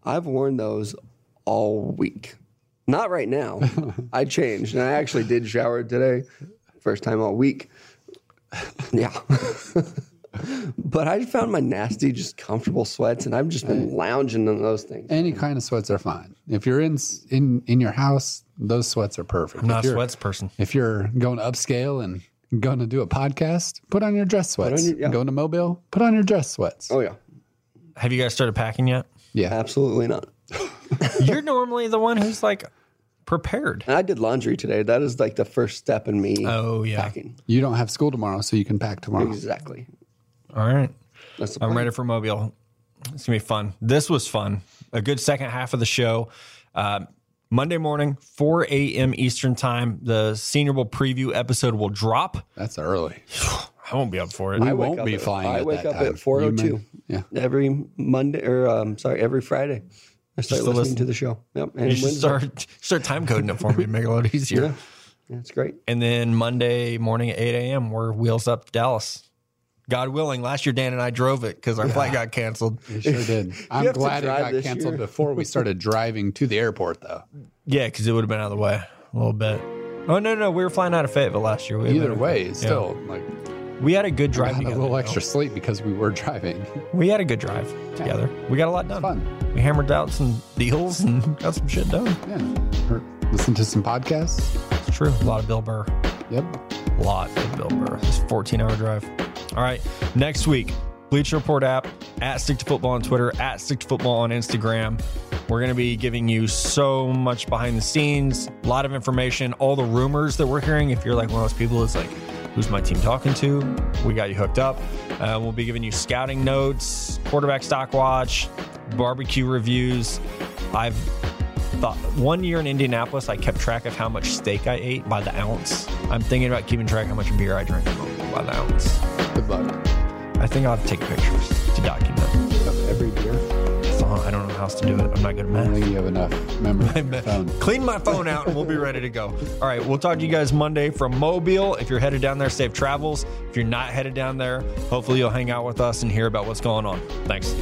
Speaker 2: I've worn those all week. Not right now. I changed and I actually did shower today. First time all week. Yeah. but I found my nasty, just comfortable sweats and I've just been lounging in those things.
Speaker 5: Any kind of sweats are fine. If you're in s- in in your house, those sweats are perfect.
Speaker 1: Not
Speaker 5: if
Speaker 1: a
Speaker 5: you're,
Speaker 1: sweats person.
Speaker 5: If you're going upscale and going to do a podcast, put on your dress sweats.
Speaker 2: your- yeah.
Speaker 5: Going to Mobile, put on your dress sweats.
Speaker 2: Oh, yeah.
Speaker 1: Have you guys started packing yet?
Speaker 5: yeah.
Speaker 2: Absolutely not.
Speaker 1: You're normally the one who's like prepared.
Speaker 2: And I did laundry today. That is like the first step in me
Speaker 1: Oh yeah.
Speaker 2: packing.
Speaker 5: You don't have school tomorrow, so you can pack tomorrow.
Speaker 2: Exactly.
Speaker 1: All right.
Speaker 2: That's the
Speaker 1: I'm
Speaker 2: plan.
Speaker 1: ready for Mobile. It's gonna be fun. This was fun. A good second half of the show. Um, Monday morning, 4 a.m. Eastern time. The Senior Bowl preview episode will drop.
Speaker 5: That's early.
Speaker 1: I won't be up for it.
Speaker 5: We
Speaker 2: wake
Speaker 5: won't
Speaker 2: up
Speaker 5: be
Speaker 2: at-
Speaker 5: flying.
Speaker 2: I
Speaker 5: at
Speaker 2: wake up
Speaker 5: that
Speaker 2: at
Speaker 5: time. You
Speaker 2: 4:02.
Speaker 5: might- Yeah.
Speaker 2: Every Monday, or um, sorry, every Friday, I start
Speaker 1: to
Speaker 2: listening
Speaker 1: listen.
Speaker 2: to the show. Yep, and
Speaker 1: you should
Speaker 2: Wednesday.
Speaker 1: start start time coding it for me, make it a lot easier.
Speaker 2: Yeah, yeah, it's great.
Speaker 1: And then Monday morning at 8 a.m., we're wheels up Dallas. God willing, last year Dan and I drove it because our flight got canceled.
Speaker 5: It sure did. I'm
Speaker 2: have to
Speaker 5: glad it
Speaker 2: drive
Speaker 5: got
Speaker 2: this
Speaker 5: canceled
Speaker 2: year.
Speaker 5: before we started driving to the airport, though.
Speaker 1: Yeah, because it would have been out of the way a little bit. Oh no, no, we were flying out of Fayetteville last year. We
Speaker 5: Either way, it's still like
Speaker 1: we had a good drive
Speaker 5: had a
Speaker 1: together.
Speaker 5: little
Speaker 1: though.
Speaker 5: extra sleep because we were driving.
Speaker 1: We had a good drive together. We got a lot done.
Speaker 5: fun.
Speaker 1: We hammered out some deals and got some shit done.
Speaker 5: Yeah. Or Listen to some podcasts.
Speaker 1: It's true. A lot of Bill Burr.
Speaker 5: Yep.
Speaker 1: lot of Bill Burr. It's a 14 hour drive. All right. Next week, Bleacher Report app, at Stick to Football on Twitter, at Stick to Football on Instagram. We're going to be giving you so much behind the scenes, a lot of information, all the rumors that we're hearing. If you're like one of those people that's like, who's my team talking to? We got you hooked up. Uh, we'll be giving you scouting notes, quarterback stock watch, barbecue reviews. I've thought one year in Indianapolis, I kept track of how much steak I ate by the ounce. I'm thinking about keeping track of how much beer I drank by the ounce.
Speaker 5: Good luck.
Speaker 1: I think I'll have to take pictures to document.
Speaker 5: Of every beer.
Speaker 1: So I don't know how else to do it. I'm not good at
Speaker 5: I don't
Speaker 1: math.
Speaker 5: think you have enough memory. on your phone.
Speaker 1: Clean my phone out and we'll be ready to go. All right, we'll talk to you guys Monday from Mobile. If you're headed down there, safe travels. If you're not headed down there, hopefully you'll hang out with us and hear about what's going on. Thanks.